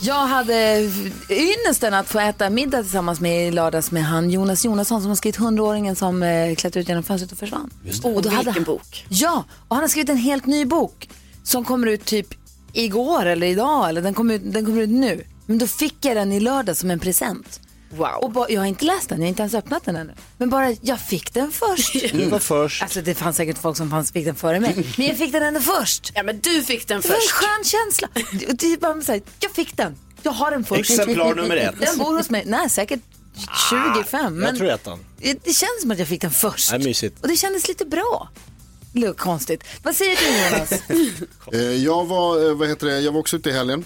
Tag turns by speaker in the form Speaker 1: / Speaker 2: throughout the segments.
Speaker 1: Jag hade ynnesten att få äta middag tillsammans med i lördags med han Jonas Jonasson som har skrivit 100-åringen som eh, klättrade ut genom fönstret och försvann. Och då hade han, bok? Ja, och han har skrivit en helt ny bok som kommer ut typ igår eller idag eller den kommer ut, den kommer ut nu. Men då fick jag den i lördag som en present. Wow. Och bara, jag har inte läst den, jag har inte ens öppnat den ännu. Men bara jag fick den först.
Speaker 2: Mm.
Speaker 3: Du var först.
Speaker 1: Alltså det fanns säkert folk som fanns, fick den före mig. Men jag fick den ändå först.
Speaker 2: Ja, men du fick den
Speaker 1: Det var en
Speaker 2: först.
Speaker 1: skön känsla. Det- Det är bara så här, jag fick den. Jag har den först.
Speaker 3: Exemplar nummer ett.
Speaker 1: Den bor hos mig. Nej, säkert
Speaker 2: Ah,
Speaker 1: 25.
Speaker 3: Jag
Speaker 1: Men
Speaker 3: tror ettan.
Speaker 1: det det känns som att jag fick den först.
Speaker 3: Nej, mysigt.
Speaker 1: Och det kändes lite bra. Det låter konstigt. Vad säger du Jonas?
Speaker 4: Eh, Jag var, eh, vad heter det, jag var också ute i helgen.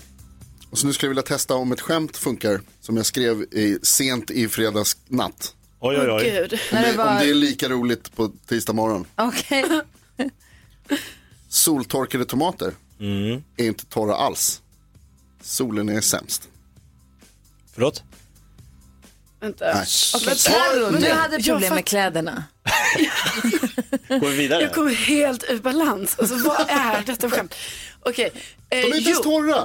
Speaker 4: Och så nu skulle jag vilja testa om ett skämt funkar. Som jag skrev i, sent i fredags natt.
Speaker 3: Oj, oj, oj.
Speaker 2: Gud.
Speaker 4: Om
Speaker 1: det
Speaker 4: det,
Speaker 1: var-
Speaker 4: om det är lika roligt på tisdag morgon.
Speaker 1: Okej.
Speaker 4: Soltorkade tomater
Speaker 3: Mm.
Speaker 4: är inte torra alls. Solen är sämst.
Speaker 3: Förlåt?
Speaker 2: Vänta.
Speaker 4: Nej.
Speaker 1: Okej, Carro, du hade
Speaker 2: Jag
Speaker 1: problem
Speaker 2: fatt-
Speaker 1: med kläderna.
Speaker 3: Går vi vidare?
Speaker 2: Jag kommer helt ur balans. Alltså, vad är detta för skämt? Okej. Eh,
Speaker 4: De är inte ens
Speaker 2: jo,
Speaker 4: torra.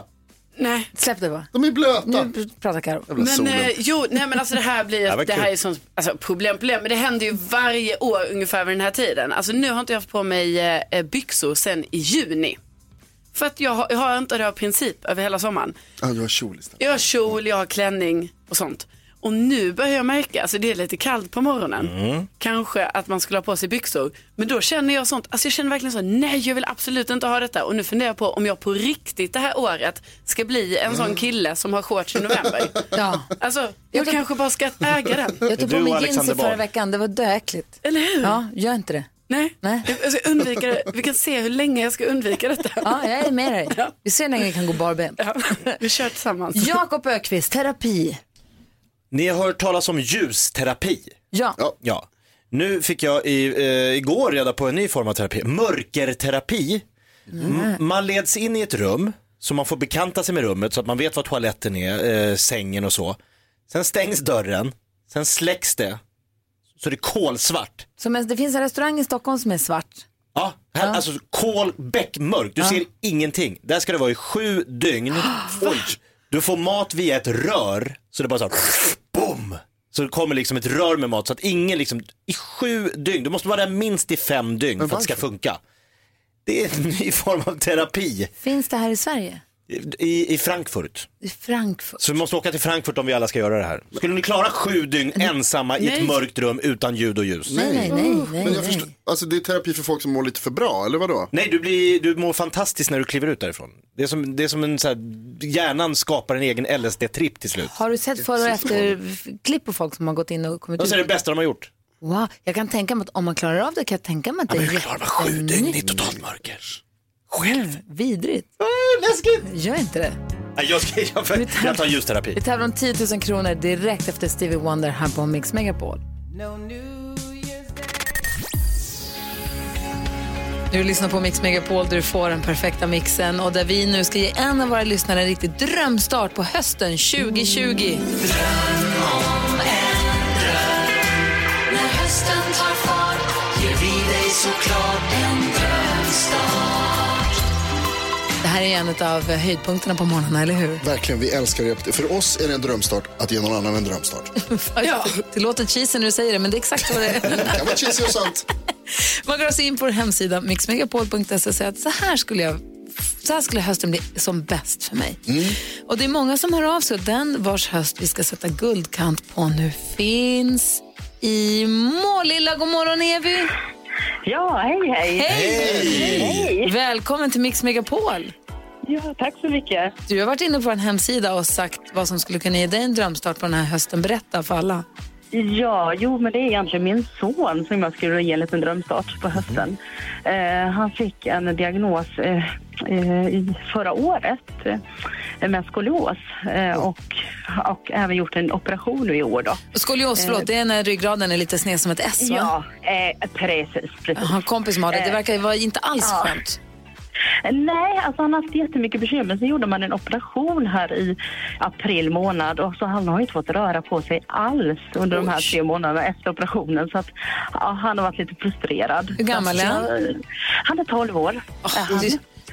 Speaker 2: nej.
Speaker 1: Släpp det bara.
Speaker 4: De är blöta.
Speaker 1: Nu pratar Carro.
Speaker 4: Jävla
Speaker 2: Men
Speaker 4: solen.
Speaker 2: eh, jo, nej men alltså det här blir,
Speaker 3: här var
Speaker 2: det här
Speaker 3: kul.
Speaker 2: är sånt, alltså problem, problem, men det händer ju varje år ungefär vid den här tiden. Alltså nu har inte jag haft på mig eh, byxor sen i juni. För att jag har, jag har inte det av princip över hela sommaren.
Speaker 4: Ah, du har kjol istället.
Speaker 2: Jag har kjol, jag har klänning och sånt. Och nu börjar jag märka, alltså det är lite kallt på morgonen.
Speaker 3: Mm.
Speaker 2: Kanske att man skulle ha på sig byxor. Men då känner jag sånt, alltså jag känner verkligen så, nej jag vill absolut inte ha detta. Och nu funderar jag på om jag på riktigt det här året ska bli en sån kille som har shorts i november.
Speaker 1: Ja.
Speaker 2: Alltså, jag kanske bara ska äga den.
Speaker 1: Jag tog på
Speaker 3: Du och
Speaker 1: mig jeans
Speaker 3: Alexander
Speaker 1: i förra
Speaker 3: Bard.
Speaker 1: veckan. Det var döäckligt.
Speaker 2: Eller hur?
Speaker 1: Ja, gör inte det.
Speaker 2: Nej.
Speaker 1: Nej.
Speaker 2: Jag- Jag ska undvika det. Vi kan se hur länge jag ska undvika detta.
Speaker 1: Ja, jag är med dig. Vi ser hur länge vi kan gå barbent.
Speaker 2: Ja. Vi kör tillsammans.
Speaker 1: Jakob Ökvist, terapi.
Speaker 3: Ni har hört talas om ljusterapi.
Speaker 1: Ja.
Speaker 4: Ja.
Speaker 3: Ja. Nu fick jag i, eh, igår reda på en ny form av terapi, mörkerterapi. M-
Speaker 1: Mm.
Speaker 3: man leds in i ett rum, så man får bekanta sig med rummet så att man vet var toaletten är, eh, sängen och så. Sen stängs dörren, sen släcks det, så det är kolsvart.
Speaker 1: Som en, det finns en restaurang i Stockholm som är svart.
Speaker 3: Ja, här, alltså kol, bäckmörkt, du ser ingenting. Där ska det vara i sju dygn. Oj. Du får mat via ett rör, så det bara så här, boom! Så det kommer liksom ett rör med mat så att ingen liksom, i sju dygn, du måste vara där minst i fem dygn för att det ska funka. Det är en ny form av terapi
Speaker 1: Finns det här i Sverige?
Speaker 3: i, i Frankfurt.
Speaker 1: I Frankfurt?
Speaker 3: Så vi måste åka till Frankfurt om vi alla ska göra det här. Skulle ni klara sju dygn ensamma i ett
Speaker 2: Nej.
Speaker 3: mörkt rum utan ljud och ljus?
Speaker 1: Nej, nej, nej. nej,
Speaker 4: Men jag
Speaker 1: nej.
Speaker 4: förstår, alltså det är terapi för folk som mår lite för bra, eller vadå?
Speaker 3: Nej, du, blir, du mår fantastiskt när du kliver ut därifrån. Det är som, det är som en så här, hjärnan skapar en egen LSD-tripp till slut.
Speaker 1: Har du sett före och efter klipp på folk som har gått in och kommit
Speaker 3: Och
Speaker 1: ut?
Speaker 3: så är det bästa de har gjort.
Speaker 1: Wow, jag kan tänka mig att om man klarar av det kan jag tänka mig att det är jättenytt.
Speaker 3: i totalt mörker. Själv?
Speaker 1: Vidrigt.
Speaker 3: läskigt!
Speaker 1: Gör inte det.
Speaker 3: Nej, jag, ska, jag, jag tar ljusterapi.
Speaker 1: Vi tävlar om 10 000 kronor direkt efter Stevie Wonder här på Mix Megapol. Du lyssnar på Mix Megapol där du får den perfekta mixen och där vi nu ska ge en av våra lyssnare en riktig drömstart på hösten 2020. Det här är en av höjdpunkterna på morgonen, eller hur?
Speaker 4: Verkligen, vi älskar det. För oss är det en drömstart att ge någon annan en drömstart.
Speaker 1: Ja. Det låter cheesy när du säger det, men det är exakt vad det är.
Speaker 4: Det kan vara cheesy och sant.
Speaker 1: Man går alltså in på vår hemsida mixmegapol.se och säger att så här skulle jag så här skulle hösten bli som bäst för mig.
Speaker 4: Mm.
Speaker 1: Och det är många som hör av sig och den vars höst vi ska sätta guldkant på nu finns i Målilla. God morgon Evy!
Speaker 5: Ja, hej, hej. Hej.
Speaker 1: Välkommen till Mix Megapol!
Speaker 5: Ja, tack så mycket.
Speaker 1: Du har varit inne på vår hemsida och sagt vad som skulle kunna ge dig en drömstart på den här hösten. Berätta för alla.
Speaker 5: Ja, jo, men det är egentligen min son som jag skulle ge en liten drömstart på hösten. Eh, han fick en diagnos eh, eh, i förra året eh, med skolios eh, och, och även gjort en operation nu i år. Då.
Speaker 1: Skolios, förlåt, det är när ryggraden är lite sned som ett S, va?
Speaker 5: Eh. Ja, eh, precis. precis. Eh.
Speaker 1: Jag har en kompis som har det. Det verkar vara inte alls
Speaker 5: Ja.
Speaker 1: skönt.
Speaker 5: Nej, alltså han har haft jättemycket bekymmer. Sen gjorde man en operation här i april månad och så han har ju inte fått röra på sig alls under de här tre månaderna efter operationen. Så att, ja, han har varit lite frustrerad.
Speaker 1: Hur gammal är han?
Speaker 5: Så, eh, Han är 12 år. Är han.
Speaker 1: Det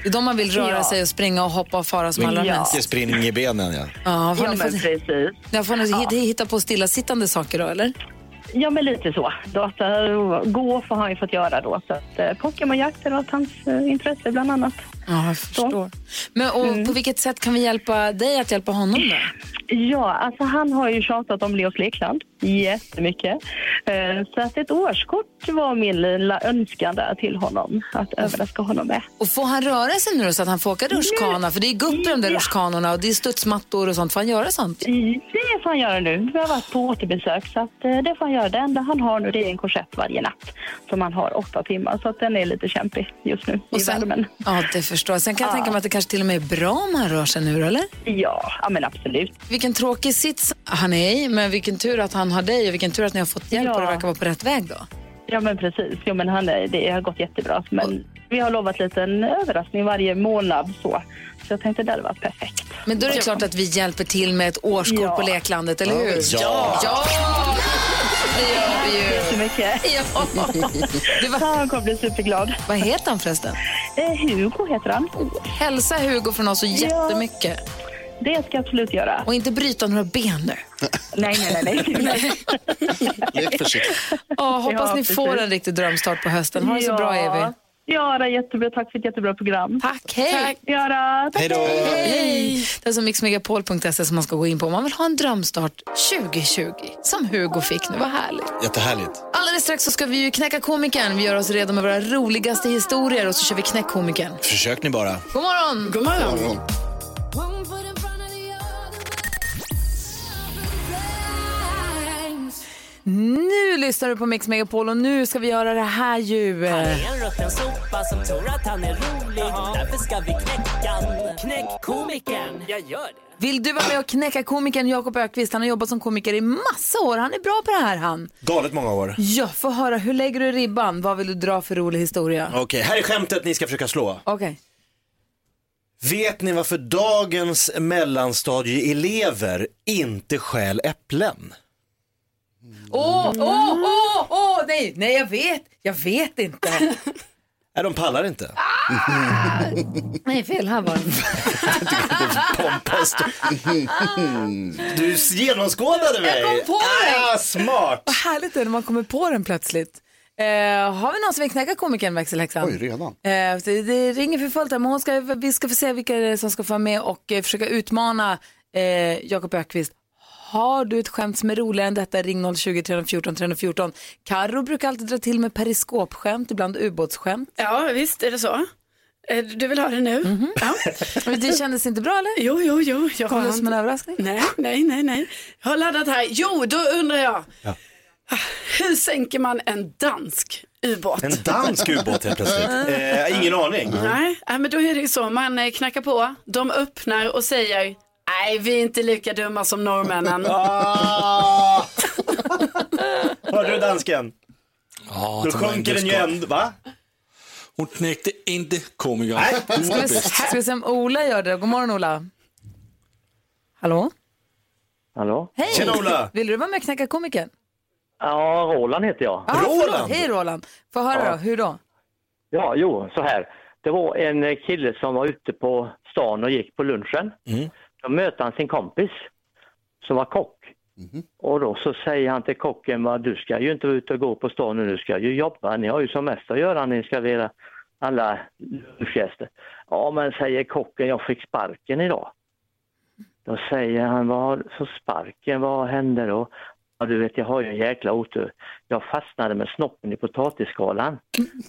Speaker 1: är de man vill röra
Speaker 5: Ja.
Speaker 1: sig och springa och hoppa och fara som allra
Speaker 5: Ja.
Speaker 1: mest.
Speaker 3: Mycket spring i benen ja.
Speaker 1: Ja, får
Speaker 5: Ja,
Speaker 1: ni,
Speaker 5: men
Speaker 1: får,
Speaker 5: precis.
Speaker 1: ja, får ni hit- hitta på stillasittande saker då, eller?
Speaker 5: Ja, men lite så. Data, gå får han ju fått göra då. Så att, eh, Pokémonjakt har varit hans eh, intresse bland annat. Mm.
Speaker 1: Ja, jag förstår. Men, och På vilket sätt kan vi hjälpa dig att hjälpa honom då?
Speaker 5: Ja, alltså han har ju tjatat om Leos lekland jättemycket. Eh, Så att ett årskort var min lilla önskan där till honom, att överraska honom med.
Speaker 1: Och får han röra sig nu då så att han får åka rutschkana? För det är gupp i de där
Speaker 5: Ja.
Speaker 1: rutschkanorna och det är studsmattor och sånt. Får han göra sånt?
Speaker 5: Det får han göra nu. Vi har varit på återbesök så att eh, det får han göra. Det enda han har nu det är en korsett varje natt som han har åtta timmar. Så att den är lite kämpig just nu i
Speaker 1: Och sen-
Speaker 5: värmen.
Speaker 1: Ja, det förstår jag. Sen kan jag tänka mig att det kanske till och med är bra om han rör sig nu då, eller?
Speaker 5: Ja, ja, men absolut.
Speaker 1: Vilken tråkig sits han är i, men vilken tur att han har dig och vilken tur att ni har fått hjälp
Speaker 5: Ja.
Speaker 1: och det verkar vara på rätt väg då.
Speaker 5: Ja, men precis. Jo, men han är, det har gått jättebra. Men vi har lovat lite en överraskning varje månad. Så, så jag tänkte det hade varit perfekt.
Speaker 1: Men då är det klart att vi hjälper till med ett årskort
Speaker 5: Ja.
Speaker 1: på leklandet, eller hur?
Speaker 3: Ja.
Speaker 1: Ja! Det gör vi ju.
Speaker 5: Så mycket.
Speaker 1: Ja. Det
Speaker 5: Så
Speaker 1: var,
Speaker 5: han kommer bli superglad.
Speaker 1: vad heter han förresten?
Speaker 5: Eh, Hugo heter han.
Speaker 1: Hälsa Hugo från oss så jättemycket.
Speaker 5: Det ska jag absolut göra.
Speaker 1: Och inte bryta några ben nu.
Speaker 5: Nej, nej, nej. nej. nej.
Speaker 4: Lek försiktigt.
Speaker 1: Ja, hoppas
Speaker 5: Ja,
Speaker 1: ni
Speaker 5: precis.
Speaker 1: får en riktig drömstart på hösten. Ha det så
Speaker 5: Ja.
Speaker 1: bra, Evi.
Speaker 5: Ja, det är jättebra. Tack för ett jättebra program.
Speaker 1: Tack, hej!
Speaker 5: Ja, då. Tack.
Speaker 3: Hej då.
Speaker 1: Hej! Det är alltså som mixmegapol.se som man ska gå in på om man vill ha en drömstart 2020 som Hugo fick nu. Vad härligt.
Speaker 3: Jättehärligt.
Speaker 1: Alldeles strax så ska vi ju knäcka komikern. Vi gör oss redo med våra roligaste historier och så kör vi knäck komikern.
Speaker 3: Försök ni bara.
Speaker 1: God morgon!
Speaker 2: God morgon.
Speaker 4: Ja,
Speaker 1: Nu lyssnar du på Mix Megapol och nu ska vi göra det här ju. eh,
Speaker 6: En rutten sopa som tror att han är rolig Därför ska vi knäcka han. Knäck komikern Jag gör det
Speaker 1: Vill du vara med och knäcka komikern Jakob Ökvist? Han har jobbat som komiker i massa år. Han är bra på det här han.
Speaker 3: Galet många år.
Speaker 1: Ja, få höra. Hur lägger du ribban? Vad vill du dra för rolig historia?
Speaker 3: Okej, här är skämtet ni ska försöka slå.
Speaker 1: Okej.
Speaker 3: Vet ni varför dagens mellanstadieelever inte stjäl äpplen?
Speaker 1: Åh, åh, åh, åh, nej, nej, jag vet, jag vet inte.
Speaker 3: Nej, de pallar inte.
Speaker 1: Ah! Nej, fel här var det.
Speaker 3: Pompost. Du genomskådade mig.
Speaker 1: Jag kom på det.
Speaker 3: Ah, smart.
Speaker 1: Vad härligt det är när man kommer på den plötsligt. Eh, har vi någon som vill knäcka komikern växelhäxan?
Speaker 4: Oj, redan.
Speaker 1: Eh, det, det ringer för fullt här, men hon ska, vi ska få se vilka det är som ska få vara med och eh, försöka utmana eh, Jakob Ökvist. Har du ett skämt som är roligare än detta, ring 020 314 314. Karo brukar alltid dra till med periskopskämt, ibland ubåtsskämt.
Speaker 2: Ja, visst är det så. Eh, Du vill ha det nu? Ja.
Speaker 1: Mhm. Men Det kändes inte bra eller?
Speaker 2: Jo, jo, jo. Jag
Speaker 1: Kom
Speaker 2: har
Speaker 1: det som en
Speaker 2: inte-
Speaker 1: överraskning?
Speaker 2: Nej, nej, nej, nej. Jag har laddat här. Jo, då undrar jag. Ah, Hur sänker man en dansk ubåt?
Speaker 3: En dansk ubåt helt plötsligt. Eh, ingen aning.
Speaker 2: Nej, nej, men då är det ju så. Man eh, knackar på, de öppnar och säger Nej, vi är inte lika dumma som norrmännen.
Speaker 3: Ah. Hörde du dansken?
Speaker 7: Ja,
Speaker 3: Då
Speaker 7: det var inte
Speaker 3: sjunker den ju
Speaker 7: skoj.
Speaker 3: ändå, va?
Speaker 7: Hon knäckte inte komikern. Du var
Speaker 1: Ska vi,
Speaker 7: bäst.
Speaker 1: ska vi se om Ola gör det? God morgon Ola. Hallå?
Speaker 8: Hallå?
Speaker 1: Hej!
Speaker 3: Tjena, Ola.
Speaker 1: Vill du vara med och knäcka komikern?
Speaker 8: Ja, Roland heter jag.
Speaker 1: Ah, förlåt.
Speaker 3: Roland.
Speaker 1: Hej Roland! Få höra
Speaker 8: Ja.
Speaker 1: då, hur då?
Speaker 8: Ja, jo, så här. Det var en eh, kille som var ute på stan och gick på lunchen.
Speaker 3: Mm.
Speaker 8: Då mötte han sin kompis som var kock.
Speaker 3: Mhm.
Speaker 8: Och då så säger han till kocken, "Va, du ska ju inte vara ute och gå på stan nu, du ska ju jobba. Ni har ju som mest att göra, ni ska leda alla lunchgäster. Ja, men säger kocken, jag fick sparken idag. Då säger han, vad har så sparken, vad hände då? Ja, du vet, jag har ju en jäkla otur. Jag fastnade med snoppen i potatisskalan.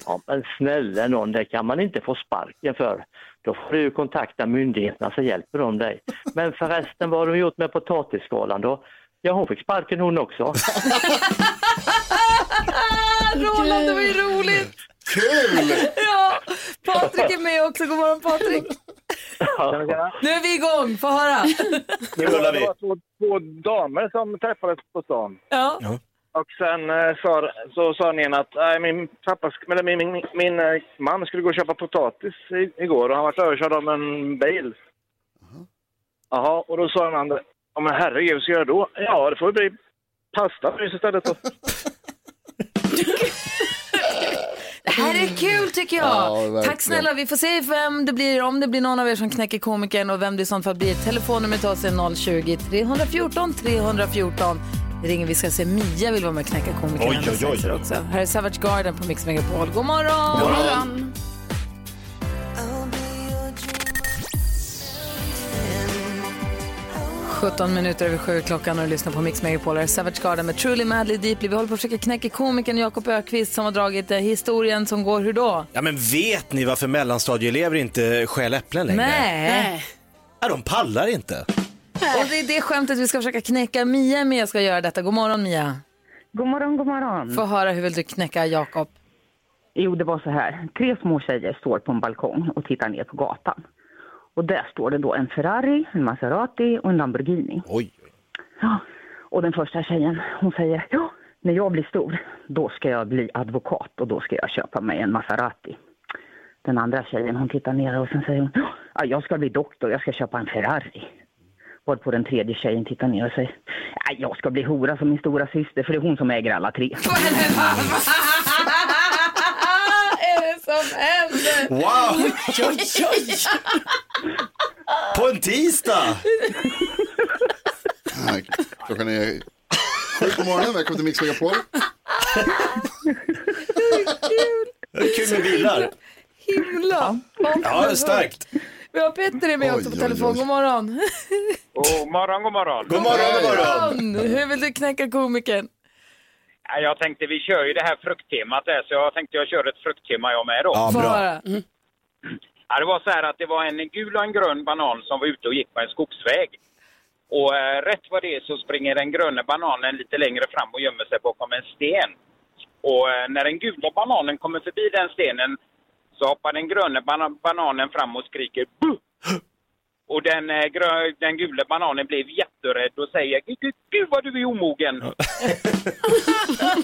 Speaker 8: Ja, men snälla någon, det kan man inte få sparken för. Då får du ju kontakta myndigheterna så hjälper de dig. Men förresten, vad har de gjort med potatisskalan då? Ja, hon fick sparken hon också.
Speaker 1: Roland, det var ju roligt!
Speaker 4: Kul!
Speaker 1: Ja, Patrik är med också. God morgon Patrik! Nu är vi igång, få höra!
Speaker 3: Nu rullar vi.
Speaker 9: två, två damer som träffades på stan.
Speaker 1: Ja.
Speaker 9: Och sen eh, sa, så sa den ena att "Nej, min, pappa, sk- eller min, min, min eh, man skulle gå och köpa potatis i, igår och han var överkörd av en bil. Jaha, och då sa den andra, ja men herregud, vad ska jag göra då? Ja, det får ju bli pastafrys istället då.
Speaker 1: Det här är kul tycker jag.
Speaker 4: Ja, verkligen.
Speaker 1: Tack snälla. Vi får se vem det blir, om det blir någon av er som knäcker komikern och vem det i så fall blir. Telefonnumret till oss är 020-314 314. Det ringer vi ska se Mia vill vara med och knäcka komikern.
Speaker 3: Oj,
Speaker 1: alldeles
Speaker 3: oj, oj.
Speaker 1: strax Också. Här är Savage Garden på Mix Megapol. God morgon!
Speaker 2: God morgon.
Speaker 1: morgon. 17 minuter över sju klockan och du lyssnar på Mix Megapol. Här är Savage Garden med Truly Madly Deeply. Vi håller på att försöka knäcka komikern Jakob Ökvist som har dragit eh, historien som går hur då?
Speaker 3: Ja men vet ni varför mellanstadieelever inte stjäl äpplen längre?
Speaker 1: Nej.
Speaker 2: Nej.
Speaker 3: Ja, de pallar inte.
Speaker 1: Och det är det skämtet vi ska försöka knäcka. Mia är med och ska göra detta. God morgon Mia.
Speaker 5: God morgon, god morgon.
Speaker 1: Få höra hur vill du knäcka Jakob?
Speaker 5: Jo, det var så här. Tre små tjejer står på en balkong och tittar ner på gatan. Och där står det då en Ferrari, en Maserati och en Lamborghini.
Speaker 3: Oj.
Speaker 5: Ja. Och den första tjejen, hon säger, ja, när jag blir stor, då ska jag bli advokat och då ska jag köpa mig en Maserati. Den andra tjejen, hon tittar ner och sen säger hon, ja, jag ska bli doktor, jag ska köpa en Ferrari. Varpå den tredje tjejen tittar ner och säger, ja, jag ska bli hora som min stora syster, för det är hon som äger alla tre.
Speaker 1: är det som händer?
Speaker 3: Wow! På en tisdag!
Speaker 4: Nej, Klockan är sju på morgonen. Välkommen till Mix Megapol.
Speaker 3: Det är kul med bilar.
Speaker 1: Himla.
Speaker 3: Ja, det är starkt.
Speaker 1: Vi har Petter är med
Speaker 4: Oj,
Speaker 1: också på
Speaker 4: oj,
Speaker 1: telefon.
Speaker 4: oj.
Speaker 1: God morgon.
Speaker 9: God morgon, god morgon.
Speaker 3: God morgon, god morgon.
Speaker 1: hur vill du knäcka komikern?
Speaker 9: Ja, Jag tänkte vi kör ju det här frukttemat där, så jag tänkte jag kör ett frukttema jag med då.
Speaker 3: Ja,
Speaker 1: Få
Speaker 3: bra.
Speaker 1: höra.
Speaker 9: Ja, det var så här att det var en gul och en grön banan som var ute och gick på en skogsväg. Och eh, rätt vad det är så springer den gröna bananen lite längre fram och gömmer sig bakom en sten. Och eh, när den gula bananen kommer förbi den stenen så hoppar den gröna bana- bananen fram och skriker bu! Och den, eh, grö- den gula bananen blev jätterädd och säger "Gud, gud, Gud vad du är omogen!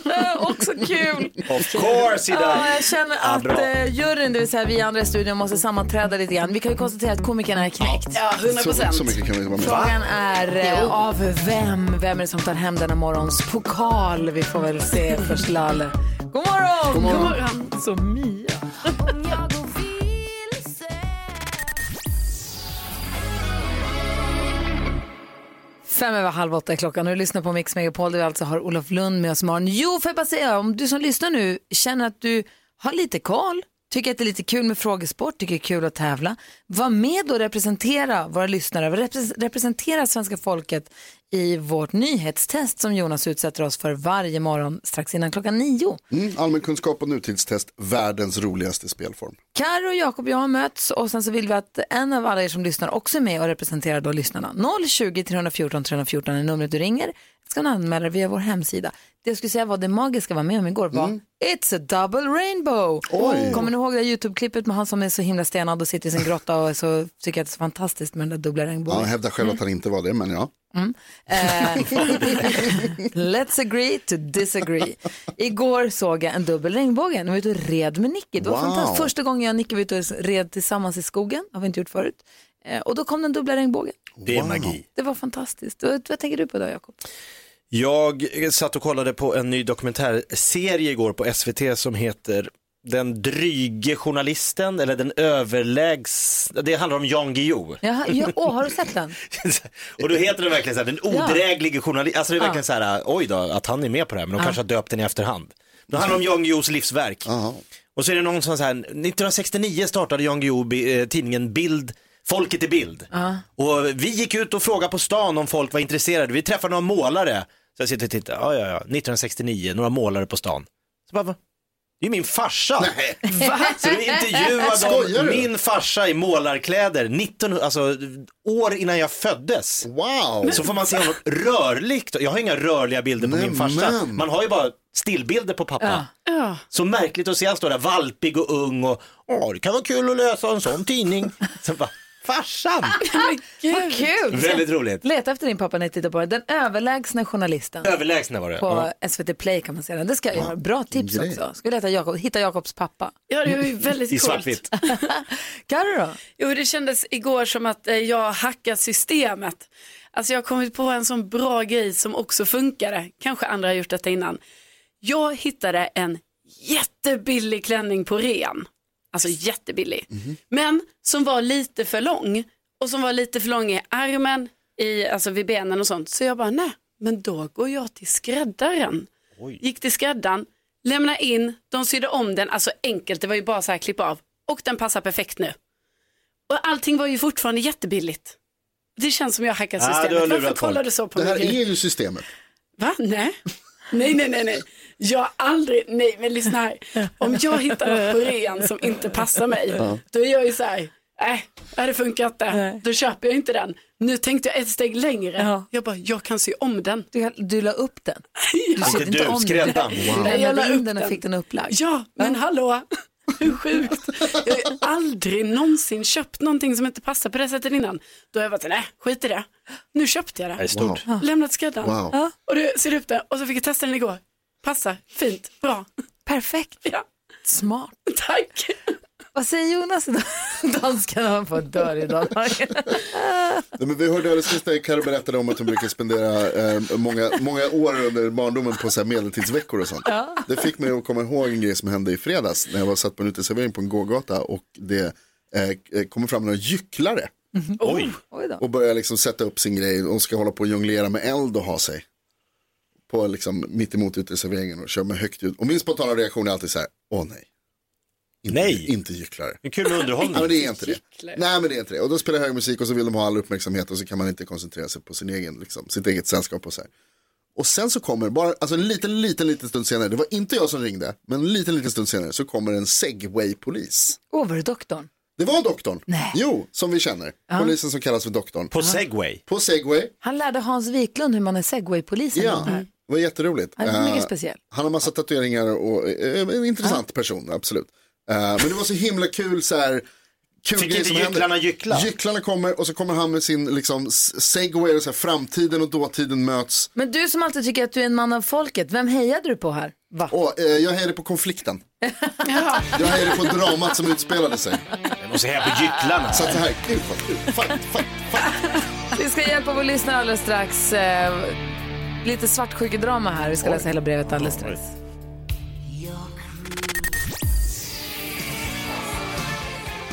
Speaker 1: Äh, också kul.
Speaker 3: Of course,
Speaker 1: Ja,
Speaker 3: Ida.
Speaker 1: jag känner
Speaker 3: Ja,
Speaker 1: att
Speaker 3: bra.
Speaker 1: eh, juryn, det vill säga vi andra i studion, måste sammanträda lite grann. Vi kan ju konstatera att komikern är knäckt.
Speaker 2: Ja, 100
Speaker 4: Så,
Speaker 2: procent.
Speaker 4: så mycket kan vi vara med.
Speaker 1: Frågan är eh, av vem? Vem är det som tar hem denna morgons pokal? Vi får väl se först Lalle. God morgon! God morgon! Så Mia. Fem över halv åtta är klockan och du lyssnar på Mix Megapol där vi alltså har Olof Lund med oss imorgon. Jo, får jag bara säga, om du som lyssnar nu känner att du har lite koll, tycker att det är lite kul med frågesport, tycker det är kul att tävla, var med och representera våra lyssnare, repres- representera svenska folket i vårt nyhetstest som Jonas utsätter oss för varje morgon strax innan klockan nio.
Speaker 4: Mm, allmänkunskap och nutidstest, världens roligaste spelform.
Speaker 1: Karo, och Jakob och jag har mötts och sen så vill vi att en av alla er som lyssnar också är med och representerar då lyssnarna. 020 314 314 är numret du ringer. Ska ni anmäla er via vår hemsida. Det jag skulle säga var det magiska jag var med om igår var It's a double rainbow.
Speaker 4: Mm.
Speaker 1: Oh.
Speaker 4: Oj.
Speaker 1: Kommer ni ihåg det här YouTube-klippet med han som är så himla stenad och sitter i sin grotta och är så, tycker att det är så fantastiskt med den där dubbla
Speaker 4: Ja, han
Speaker 1: regnbågen?
Speaker 4: hävdar själv att
Speaker 2: Mm.
Speaker 4: han inte var det, men ja.
Speaker 1: Eh, Let's agree to disagree. Igår såg jag en dubbel regnbåge. Jag var ute och red med Nicky. Det var
Speaker 4: Wow.
Speaker 1: fantastiskt. Första gången jag och Nicky var ute och red tillsammans i skogen. har vi inte gjort förut. Eh, Och då kom den dubbla regnbågen.
Speaker 3: Det är magi.
Speaker 1: Det var fantastiskt. Vad vad tänker du på då, Jakob?
Speaker 3: Jag satt och kollade på en ny dokumentärserie igår på SVT som heter Den dryge journalisten eller den överlägs... Det handlar om Jan Guillou.
Speaker 1: Jaha, ja, åh, har du sett den?
Speaker 3: och då heter den verkligen så här, den odräglige journalisten. Alltså det är verkligen så här, oj då, att han är med på det här, men de kanske har döpt den i efterhand. Det handlar om Jan Guillous livsverk.
Speaker 4: Jaha.
Speaker 3: Och så är det någon som så här, 1969 startade Jan Guillou bi- eh, tidningen Bild, Folket i bild. Och vi gick ut och frågade på stan om folk var intresserade. Vi träffade några målare. Så jag sitter och tittar, ja ja ja, 1969, några målare på stan. Så bara, va? Det är min farsa.
Speaker 4: Nej.
Speaker 3: Så vi intervjuade
Speaker 4: Skojar
Speaker 3: om
Speaker 4: du?
Speaker 3: min farsa i målarkläder, 19, alltså år innan jag föddes.
Speaker 4: Wow.
Speaker 3: Så får man se honom rörligt. Jag har inga rörliga bilder på
Speaker 4: Nej,
Speaker 3: min farsa.
Speaker 4: men.
Speaker 3: Man har ju bara stillbilder på pappa.
Speaker 2: Ja.
Speaker 3: Så märkligt att se han stå där valpig och ung och åh det kan vara kul att läsa en sån tidning. Sen bara, farsan!
Speaker 1: Vad kul!
Speaker 3: Väldigt roligt.
Speaker 1: Leta efter din pappa när jag tittar på den. Den överlägsna journalisten
Speaker 3: Överlägsna var det.
Speaker 1: på SVT Play kan man säga den. Det ska jag göra. Bra tips
Speaker 4: Grej.
Speaker 1: också. Ska vi leta Jakob, hitta Jakobs pappa.
Speaker 2: Ja, det var ju väldigt
Speaker 3: I
Speaker 2: coolt.
Speaker 3: svartvitt.
Speaker 1: Carro då?
Speaker 2: Jo, det kändes igår som att eh, jag hackat systemet. Alltså jag har kommit på en sån bra grej som också funkade. Kanske andra har gjort detta innan. Jag hittade en jättebillig klänning på rean. Alltså jättebillig.
Speaker 3: Mhm.
Speaker 2: Men som var lite för lång. Och som var lite för lång i armen, i, alltså vid benen och sånt. Så jag bara, nej, men då går jag till skräddaren. Gick till skräddaren, lämna in, de sydde om den, alltså enkelt, det var ju bara så här klipp av. Och den passar perfekt nu. Och allting var ju fortfarande jättebilligt. Det känns som jag hackar
Speaker 3: Ah, du har
Speaker 2: systemet. Varför
Speaker 3: lurat
Speaker 2: kollar
Speaker 3: folk.
Speaker 2: du så på
Speaker 4: Det här
Speaker 2: mig?
Speaker 4: är ju systemet.
Speaker 2: Va? Nej. Nej, nej, nej, nej. Jag har aldrig, nej men lyssna här. Om jag hittar något på rean som inte passar mig, då är jag ju så här, nej, äh, det funkar inte, då köper jag inte den. Nu tänkte jag ett steg längre.
Speaker 1: Ja.
Speaker 2: Jag bara, jag kan sy om den.
Speaker 1: Du, du la upp den. Du
Speaker 3: Inte
Speaker 1: sydde
Speaker 3: du,
Speaker 1: om den.
Speaker 3: skräddaren.
Speaker 1: Du
Speaker 3: Wow.
Speaker 2: Jag la
Speaker 1: lämnade in
Speaker 2: upp
Speaker 1: den och
Speaker 2: den.
Speaker 1: fick den upplagd.
Speaker 2: Ja, men hallå, hur sjukt. Jag har ju aldrig någonsin köpt någonting som inte passar på det sättet innan. Då har jag varit, nej, skit i det. Nu köpte jag det.
Speaker 3: Det är stort.
Speaker 2: Lämnat skräddaren.
Speaker 4: Wow.
Speaker 1: Ja.
Speaker 2: Och du ser upp det och så fick jag testa den igår. Passar, fint, bra.
Speaker 1: Perfekt,
Speaker 2: Ja,
Speaker 1: smart.
Speaker 2: tack.
Speaker 1: Vad säger Jonas idag? Danskarna har fått dör i Danmark.
Speaker 4: Nej, men vi hörde alldeles nyss när Carro berättade om att hon brukar spendera eh, många, många år under barndomen på så här medeltidsveckor och sånt. Det fick mig att komma ihåg en grej som hände i fredags när jag var satt på en uteservering på en gågata och det eh, kommer fram några gycklare
Speaker 3: Oj.
Speaker 1: Oj då.
Speaker 4: och börjar liksom sätta upp sin grej och ska hålla på och jonglera med eld och ha sig. På liksom mitt emot uteserveringen och kör med högt ljud. Och min spontana reaktion är alltid så här, åh nej. Inte,
Speaker 3: Nej.
Speaker 4: Inte gycklare.
Speaker 3: Det är kul med
Speaker 4: Ja, men
Speaker 3: underhållning.
Speaker 4: det är inte det. Nej, men det är inte det. Och då spelar jag hög musik och så vill de ha all uppmärksamhet och så kan man inte koncentrera sig på sin egen, liksom, sitt eget sällskap och så här. Och sen så kommer, bara, alltså en liten, liten, liten stund senare, det var inte jag som ringde, men en liten, liten stund senare så kommer en segway-polis.
Speaker 1: Åh, var det doktorn?
Speaker 4: Det var doktorn.
Speaker 1: Nej.
Speaker 4: Jo, som vi känner. Polisen som kallas för doktorn.
Speaker 3: På segway.
Speaker 4: På segway,
Speaker 1: Han lärde Hans Wiklund hur man är segwaypolisen. Mm.
Speaker 4: ja. Det var jätteroligt.
Speaker 1: Han är mycket
Speaker 4: Eh,
Speaker 1: speciell.
Speaker 4: Han har massa tatueringar och eh, en intressant person, absolut. Eh, men det var så himla kul så här. Kul
Speaker 3: Fick
Speaker 4: grej
Speaker 3: inte
Speaker 4: som händer.
Speaker 3: gycklarna gyckla?
Speaker 4: Gycklarna kommer och så kommer han med sin liksom, s- segway och så här, framtiden och dåtiden möts.
Speaker 1: Men du som alltid tycker att du är en man av folket, vem hejade du på här? Va?
Speaker 4: Och, eh, jag hejade på konflikten. jag hejade på dramat som utspelade sig.
Speaker 3: Jag måste heja på gycklarna.
Speaker 4: Så att så här, gud vad kul. Fight, fight, fight.
Speaker 1: Vi ska hjälpa vår lyssnare alldeles strax. Eh, lite svartsjukedrama här. Vi ska läsa hela brevet alldeles strax.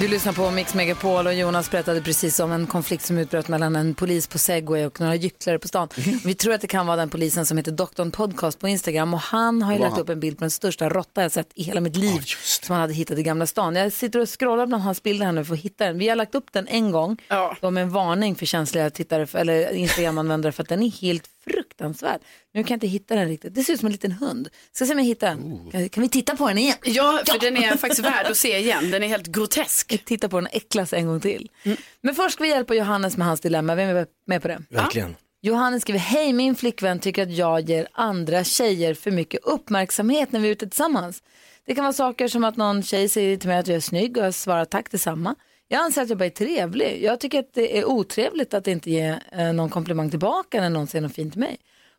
Speaker 1: Du lyssnar på Mix Megapol och Jonas berättade precis om en konflikt som utbröt mellan en polis på Segway och några gycklare på stan. Vi tror att det kan vara den polisen som heter Doktorn Podcast på Instagram och han har ju lagt upp en bild på den största råtta jag sett i hela mitt liv som han hade hittat i Gamla stan. Jag sitter och scrollar bland hans bilder här nu för att hitta den. Vi har lagt upp den en gång.
Speaker 2: Ja.
Speaker 1: De är en varning för känsliga tittare för, eller Instagram-användare för att den är helt fruktansvärd. Nu kan jag inte hitta den riktigt. Det ser ut som en liten hund. Ska se om jag hittar den. Kan, kan vi titta på den igen?
Speaker 2: Ja, för den är faktiskt värd att se igen. Den är helt grotesk.
Speaker 1: Titta på den och äcklas en gång till. Men först ska vi hjälpa Johannes med hans dilemma. Vem är med på det?
Speaker 3: Verkligen.
Speaker 1: Johannes skriver, hej min flickvän tycker att jag ger andra tjejer för mycket uppmärksamhet när vi är ute tillsammans. Det kan vara saker som att någon tjej säger till mig att jag är snygg och jag svarar tack detsamma. Jag anser att jag bara är trevlig. Jag tycker att det är otrevligt att inte ge eh, någon komplimang tillbaka när någon säger något fint till mig.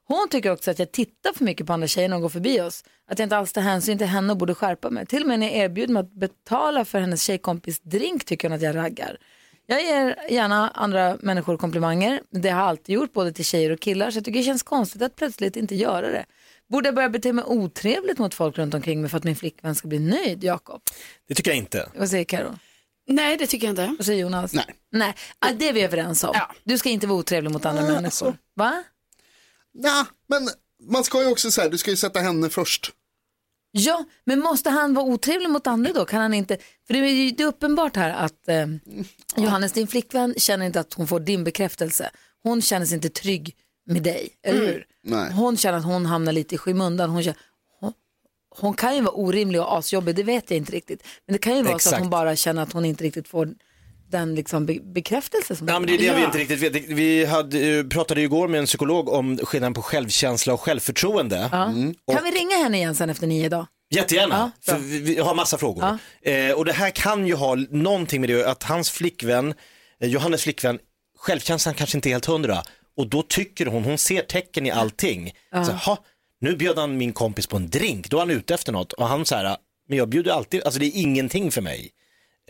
Speaker 1: Hon tycker också att jag tittar för mycket på andra tjejer när de går förbi oss. Att jag inte alls tar hänsyn till henne och borde skärpa mig. Till och med när jag erbjuder mig att betala för hennes tjejkompis drink tycker hon att jag raggar. Jag ger gärna andra människor komplimanger. Det har jag alltid gjort, både till tjejer och killar. Så jag tycker det känns konstigt att plötsligt inte göra det. Borde jag börja bete mig otrevligt mot folk runt omkring mig för att min flickvän ska bli nöjd, Jakob?
Speaker 3: Det tycker jag inte.
Speaker 1: Vad säger Karo?
Speaker 2: Nej, det tycker jag inte.
Speaker 1: Vad säger Jonas? Nej. Nej, ah, det är vi överens om.
Speaker 2: Ja. alltså,
Speaker 1: Du ska inte vara otrevlig mot andra människor. Va?
Speaker 4: Nja, men man ska ju också så här, du ska ju sätta henne först.
Speaker 1: Ja, men måste han vara otrevlig mot andra då? Kan han inte? För det är ju det är uppenbart här att eh, Johannes, din flickvän, känner inte att hon får din bekräftelse. Hon känner sig inte trygg med dig, eller hur?
Speaker 3: Mm.
Speaker 4: Nej.
Speaker 1: Hon känner att hon hamnar lite i skymundan. Hon, känner, hon, Hon kan ju vara orimlig och asjobbig, det vet jag inte riktigt. Men det kan ju vara så att
Speaker 3: Exakt.
Speaker 1: hon bara känner att hon inte riktigt får den liksom be- bekräftelse som
Speaker 3: Ja,
Speaker 1: hon
Speaker 3: men det är det
Speaker 1: vill
Speaker 3: vi
Speaker 1: ha.
Speaker 3: inte riktigt vet. Vi hade, eh, pratade ju igår med en psykolog om skillnaden på självkänsla och självförtroende.
Speaker 1: Ja.
Speaker 4: Mm.
Speaker 1: Kan vi ringa henne igen sen efter nio dagar?
Speaker 3: Jättegärna,
Speaker 1: Ja,
Speaker 3: för vi vi har massa frågor. Eh, och det här kan ju ha någonting med det att hans flickvän, eh, Johannes flickvän, självkänslan kanske inte är helt hundra. Och då tycker hon, hon ser tecken i allting. Så, "Ha, nu bjöd han min kompis på en drink, då är han ute efter något. Och han så här, men jag bjuder alltid, alltså det är ingenting för mig.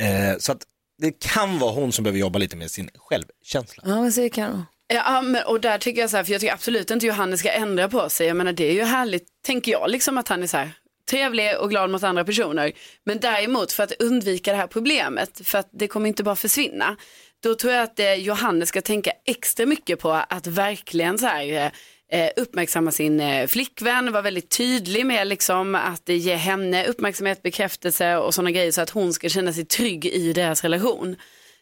Speaker 3: Eh, så att det kan vara hon som behöver jobba lite med sin självkänsla.
Speaker 1: Ja, vad säger Karo?
Speaker 2: Ja, ah, men, och där tycker jag så här, för jag tycker absolut inte Johannes ska ändra på sig. Jag menar det är ju härligt, tänker jag, liksom att han är så här trevlig och glad mot andra personer. Men däremot för att undvika det här problemet, för att det kommer inte bara försvinna. Då tror jag att eh, Johannes ska tänka extra mycket på att verkligen så här eh, uppmärksamma sin eh, flickvän, vara väldigt tydlig med liksom att eh, ge henne uppmärksamhet, bekräftelse och sådana grejer så att hon ska känna sig trygg i deras relation.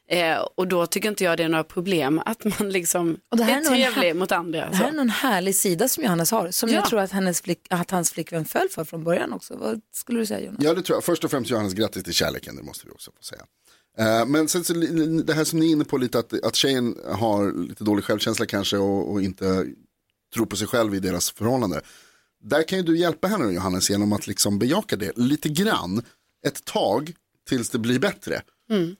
Speaker 2: Eh, och då tycker inte jag det är några problem att man liksom
Speaker 1: Och det här är
Speaker 2: är
Speaker 1: nog en här-
Speaker 2: trevlig mot andra.
Speaker 1: Det här är
Speaker 2: Så.
Speaker 1: någon härlig sida som Johannes har, som jag tror att, hennes flick, att hans flickvän föll för från början också. Vad skulle du säga Jonas?
Speaker 4: Ja, det tror jag. Först och främst Johannes, grattis till kärleken, det måste vi också få säga. Eh, Men sen så li- det här som ni är inne på lite, att, att tjejen har lite dålig självkänsla kanske och, och inte tror på sig själv i deras förhållande. Där kan ju du hjälpa henne Johannes genom att liksom bejaka det lite grann, ett tag, tills det blir bättre.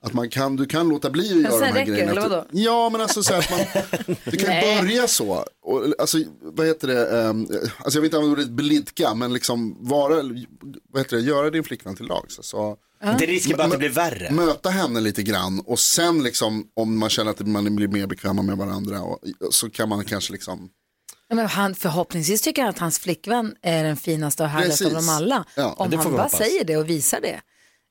Speaker 4: Att man kan, du kan låta bli att göra de
Speaker 1: Mm. sen
Speaker 4: här
Speaker 1: räcker,
Speaker 4: grejerna.
Speaker 1: eller vadå?
Speaker 4: Ja, men alltså så här att man, du kan
Speaker 1: Nej.
Speaker 4: börja så. Och, alltså, vad heter det, ehm, alltså jag vill inte använda ordet blidka, men liksom vara, vad heter det, göra din flickvän till lags. Alltså,
Speaker 3: Det riskerar bara att det
Speaker 4: Men-
Speaker 3: blir värre.
Speaker 4: Möta henne lite grann och sen liksom om man känner att man blir mer bekväma med varandra och, så kan man kanske liksom,
Speaker 1: Ja, men han, förhoppningsvis tycker han att hans flickvän är den finaste och härligaste av
Speaker 4: Precis.
Speaker 1: dem alla.
Speaker 4: Ja,
Speaker 1: om
Speaker 3: det får
Speaker 1: han
Speaker 3: vi
Speaker 1: bara
Speaker 3: hoppas.
Speaker 1: säger det och visar det.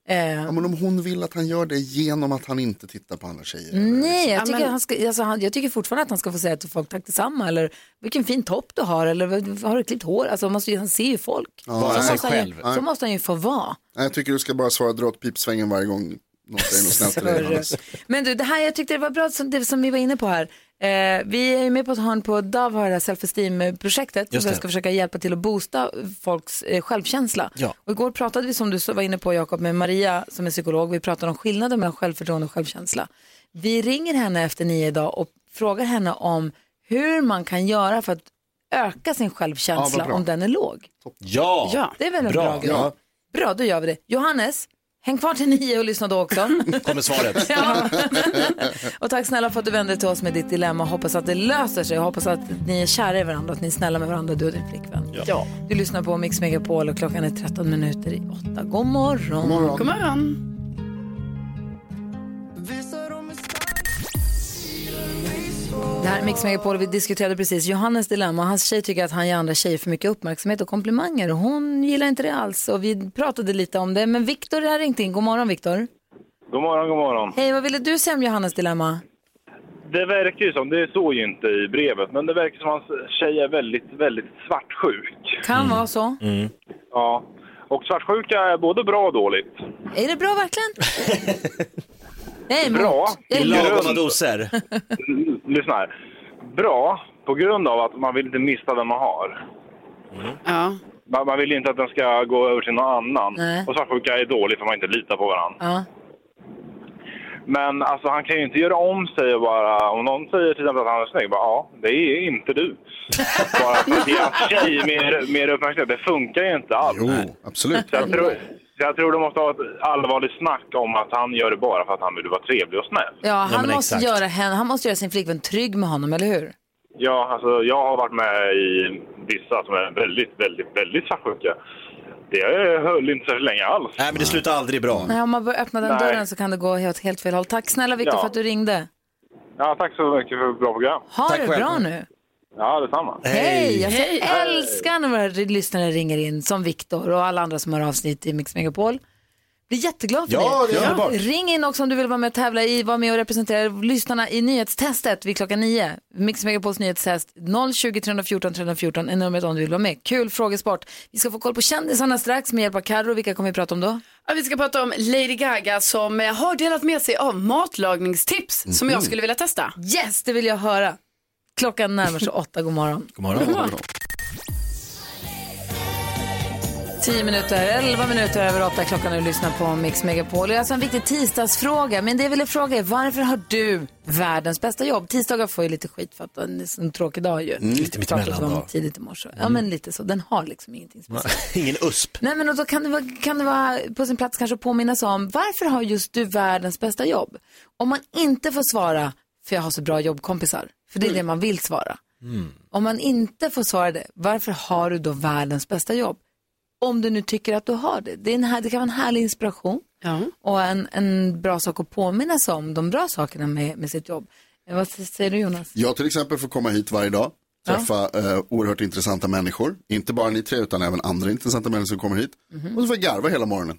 Speaker 1: Eh,
Speaker 4: ja men om hon vill att han gör det genom att han inte tittar på andra tjejer.
Speaker 1: Nej, jag
Speaker 2: Ja,
Speaker 1: tycker,
Speaker 2: men-
Speaker 1: han ska, alltså, han, jag tycker fortfarande att han ska få säga till folk tack detsamma eller vilken fin topp du har eller "Vad- har du klippt hår? Alltså, man måste, ju- han ser ju folk.
Speaker 3: Bara
Speaker 1: så,
Speaker 3: sig
Speaker 1: måste han ju,
Speaker 3: själv.
Speaker 1: så måste han ju få vara.
Speaker 4: Nej, Jag tycker du ska bara svara dra åt pipsvängen varje gång någon säger något snällt till dig. Johannes.
Speaker 1: Men du, det här jag tyckte det var bra som, det som vi var inne på här. Eh, vi är ju med på ett hörn på Dove har det här self-esteem-projektet som
Speaker 3: Just
Speaker 1: vi
Speaker 3: det.
Speaker 1: ska försöka hjälpa till att boosta folks eh, självkänsla.
Speaker 3: Ja.
Speaker 1: Och igår pratade vi, som du så- var inne på Jakob, med Maria som är psykolog. Vi pratade om skillnaden mellan självförtroende och självkänsla. Vi ringer henne efter nio idag och frågar henne om hur man kan göra för att öka sin självkänsla
Speaker 4: bra.
Speaker 1: om den är låg.
Speaker 3: Ja,
Speaker 2: Ja,
Speaker 1: Det är väl en bra,
Speaker 3: Bra,
Speaker 1: grej?
Speaker 3: ja.
Speaker 1: Bra, då gör vi det. Johannes, häng kvar till nio och lyssna då också.
Speaker 3: kommer svaret.
Speaker 1: Ja. och tack snälla för att du vände dig till oss med ditt dilemma. Hoppas att det löser sig. Hoppas att ni är kära i varandra, att ni är snälla med varandra, du och din flickvän.
Speaker 2: Ja.
Speaker 1: Du lyssnar på Mix Megapol och klockan är 13 minuter i 8. God morgon. God morgon.
Speaker 2: God morgon.
Speaker 1: Det här är Mix Megapol vi diskuterade precis Johannes dilemma. Hans tjej tycker att han ger andra tjejer för mycket uppmärksamhet och komplimanger. Och Hon gillar inte det alls och vi pratade lite om det. Men Viktor har ringt in. God morgon Viktor.
Speaker 10: God morgon, god morgon.
Speaker 1: Hej, vad ville du säga om Johannes dilemma?
Speaker 10: Det verkar ju som, det står ju inte i brevet, men det verkar som hans tjej är väldigt, väldigt svartsjuk.
Speaker 1: Kan vara så.
Speaker 10: Ja. Och svartsjuka är både bra och dåligt.
Speaker 1: Är det bra verkligen? Nej,
Speaker 10: Bra.
Speaker 1: Det
Speaker 3: I
Speaker 1: är
Speaker 3: lagom doser.
Speaker 10: L- Lyssna här. Bra på grund av att man vill inte mista den man har.
Speaker 2: Ja.
Speaker 10: Man, man vill inte att den ska gå över till någon annan.
Speaker 1: Nej.
Speaker 10: Och svartsjuka är dålig för man inte litar på varandra.
Speaker 1: Ja.
Speaker 10: Men alltså, han kan ju inte göra om sig och bara... Om någon säger till exempel att han är snygg, bara ja, det är inte du. bara för att ge hans tjej mer, mer uppmärksamhet, det funkar ju inte alls.
Speaker 4: Jo, absolut.
Speaker 10: Så jag, tror, så jag tror de måste ha ett allvarligt snack om att han gör det bara för att han vill vara trevlig och snäll.
Speaker 1: Ja, han,
Speaker 3: men
Speaker 1: måste
Speaker 3: exakt. Mm.
Speaker 1: göra henne, han måste göra sin flickvän trygg med honom, eller hur?
Speaker 10: Ja, alltså, jag har varit med i vissa som är väldigt, väldigt, väldigt svartsjuka. Det höll inte så länge alls.
Speaker 3: Nej, men det slutar aldrig bra.
Speaker 1: Nej, om man börjar öppna den
Speaker 10: Nej.
Speaker 1: dörren så kan det gå åt helt fel håll. Tack snälla Viktor
Speaker 10: Ja.
Speaker 1: för att du ringde.
Speaker 10: Ja, tack så mycket för ett bra program.
Speaker 1: Ha
Speaker 3: Tack
Speaker 1: det
Speaker 3: själv.
Speaker 1: bra nu.
Speaker 10: Ja, detsamma.
Speaker 1: Hej! Alltså, jag älskar när våra lyssnare ringer in, som Viktor och alla andra som har avsnitt i Mix Megapol. Blir jätteglad för
Speaker 3: Ja, det är underbart.
Speaker 1: Ring in också om du vill vara med och tävla i, vara med och representera lyssnarna i nyhetstestet vid klockan nio. Mix Megapols nyhetstest 020 314 314 är numret om du vill vara med. Kul frågesport. Vi ska få koll på kändisarna strax med hjälp av Carro. Vilka kommer vi prata om då?
Speaker 2: Ja, vi ska prata om Lady Gaga som eh, har delat med sig av matlagningstips
Speaker 1: Mhm.
Speaker 2: som jag skulle vilja testa.
Speaker 1: Yes, det vill jag höra. Klockan närmar sig åtta, god morgon.
Speaker 3: God morgon.
Speaker 1: 10 minuter, 11 minuter över 8 klockan och du lyssnar på Mix Megapol. Det är alltså en viktig tisdagsfråga, men det jag ville fråga är varför har du världens bästa jobb? Tisdagar får ju lite skit för att det är en sån tråkig dag ju.
Speaker 3: Mm, lite mittemellan
Speaker 1: Pratades om
Speaker 3: dag.
Speaker 1: Tidigt i morse. Ja, men lite så. Den har liksom ingenting speciellt.
Speaker 3: Ingen USP.
Speaker 1: Nej, men och då kan det, vara, kan det vara på sin plats kanske att påminna sig om varför har just du världens bästa jobb? Om man inte får svara, för jag har så bra jobbkompisar, för det är det man vill svara. Om man inte får svara det, varför har du då världens bästa jobb? Om du nu tycker att du har det. Det, är en här, det kan vara en härlig inspiration och en, en bra sak att påminna sig om, de bra sakerna med, med sitt jobb. Eh, Vad säger du Jonas?
Speaker 4: Jag till exempel får komma hit varje dag, träffa eh, oerhört intressanta människor. Inte bara ni tre utan även andra intressanta människor som kommer hit.
Speaker 1: Mhm.
Speaker 4: Och så får jag garva hela morgonen.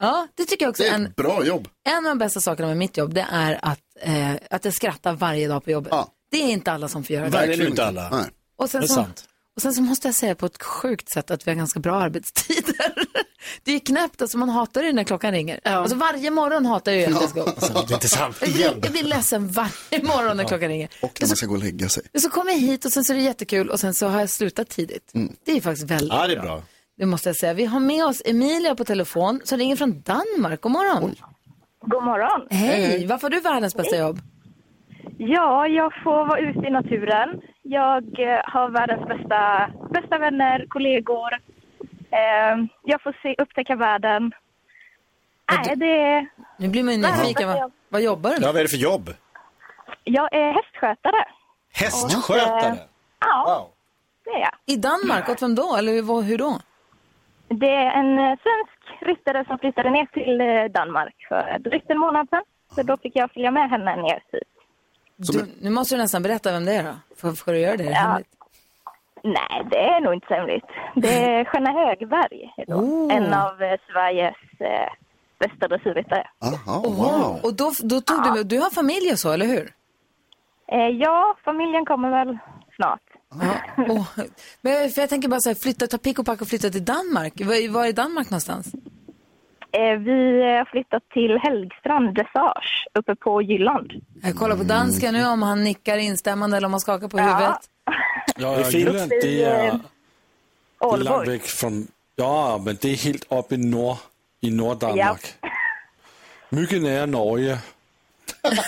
Speaker 1: Ja, det tycker jag också.
Speaker 4: Det är
Speaker 1: en,
Speaker 4: ett bra jobb.
Speaker 1: En av de bästa sakerna med mitt jobb det är att, eh, att jag skrattar varje dag på jobbet. Det är inte alla som får göra
Speaker 3: Verkligen
Speaker 1: det.
Speaker 3: inte alla.
Speaker 4: Nej.
Speaker 1: Och sen,
Speaker 3: Det är
Speaker 1: så,
Speaker 3: sant.
Speaker 1: och sen så måste jag säga på ett sjukt sätt att vi har ganska bra arbetstider. Det är ju knäppt, alltså man hatar det när klockan ringer. Alltså varje morgon hatar jag ju att jag ska upp.
Speaker 3: Det är inte sant.
Speaker 1: Jag blir, jag blir ledsen varje morgon när klockan ringer.
Speaker 4: Och när man ska gå och lägga sig.
Speaker 1: Och så kommer jag hit och sen så är det jättekul och sen så har jag slutat tidigt.
Speaker 4: Mm.
Speaker 1: Det är faktiskt väldigt
Speaker 3: Ja, det är bra.
Speaker 1: Det måste jag säga. Vi har med oss Emilia på telefon som ringer från Danmark. God morgon.
Speaker 11: God morgon.
Speaker 1: Hej, varför har du världens bästa jobb?
Speaker 11: Ja, jag får vara ute i naturen. Jag eh, har världens bästa, bästa vänner, kollegor. Eh, jag får se, upptäcka världen. Nej, det är...
Speaker 1: Nu blir man ju
Speaker 11: Världens
Speaker 1: nyfiken.
Speaker 11: bästa
Speaker 1: Vad,
Speaker 11: jobb.
Speaker 1: vad jobbar du med?
Speaker 3: Ja, vad är det för jobb?
Speaker 11: Jag är hästskötare.
Speaker 3: Hästskötare.
Speaker 11: Ja, det är jag.
Speaker 1: I Danmark? Åt vem då? Eller hur, hur då?
Speaker 11: Det är en eh, svensk ryttare som flyttade ner till eh, Danmark för drygt en månad sedan. Så då fick jag följa med henne ner hit.
Speaker 1: Du, nu måste du nästan berätta vem det är då. Får, får du göra det? Är det
Speaker 11: Ja.
Speaker 1: hemligt?
Speaker 11: Nej, det är nog inte så hemligt. Det är Sköna Högberg, heter hon.
Speaker 1: Oh.
Speaker 11: en av eh, Sveriges eh, bästa dressyrryttare.
Speaker 4: Aha,
Speaker 3: Oh,
Speaker 1: Wow.
Speaker 4: wow.
Speaker 1: Och då, då tog du med, du har familj och så, eller hur?
Speaker 11: Eh, ja, familjen kommer väl snart.
Speaker 1: Ja. Åh. Men jag- för jag tänker bara så här, flytta, ta pick och pack och flytta till Danmark. Var, var är Danmark någonstans?
Speaker 11: Eh, vi eh, har flyttat till Helgstrand Dressage uppe på Jylland.
Speaker 1: Jag kollar på dansken nu om han nickar instämmande eller om han skakar på
Speaker 11: Ja.
Speaker 1: huvudet.
Speaker 7: Ja,
Speaker 3: Det är fint.
Speaker 7: Jylland, det är, det är
Speaker 11: Aalborg.
Speaker 7: langt væk från... Ja, men det är helt uppe i norr, i Norddanmark. Mycket nära Norge.
Speaker 3: Nej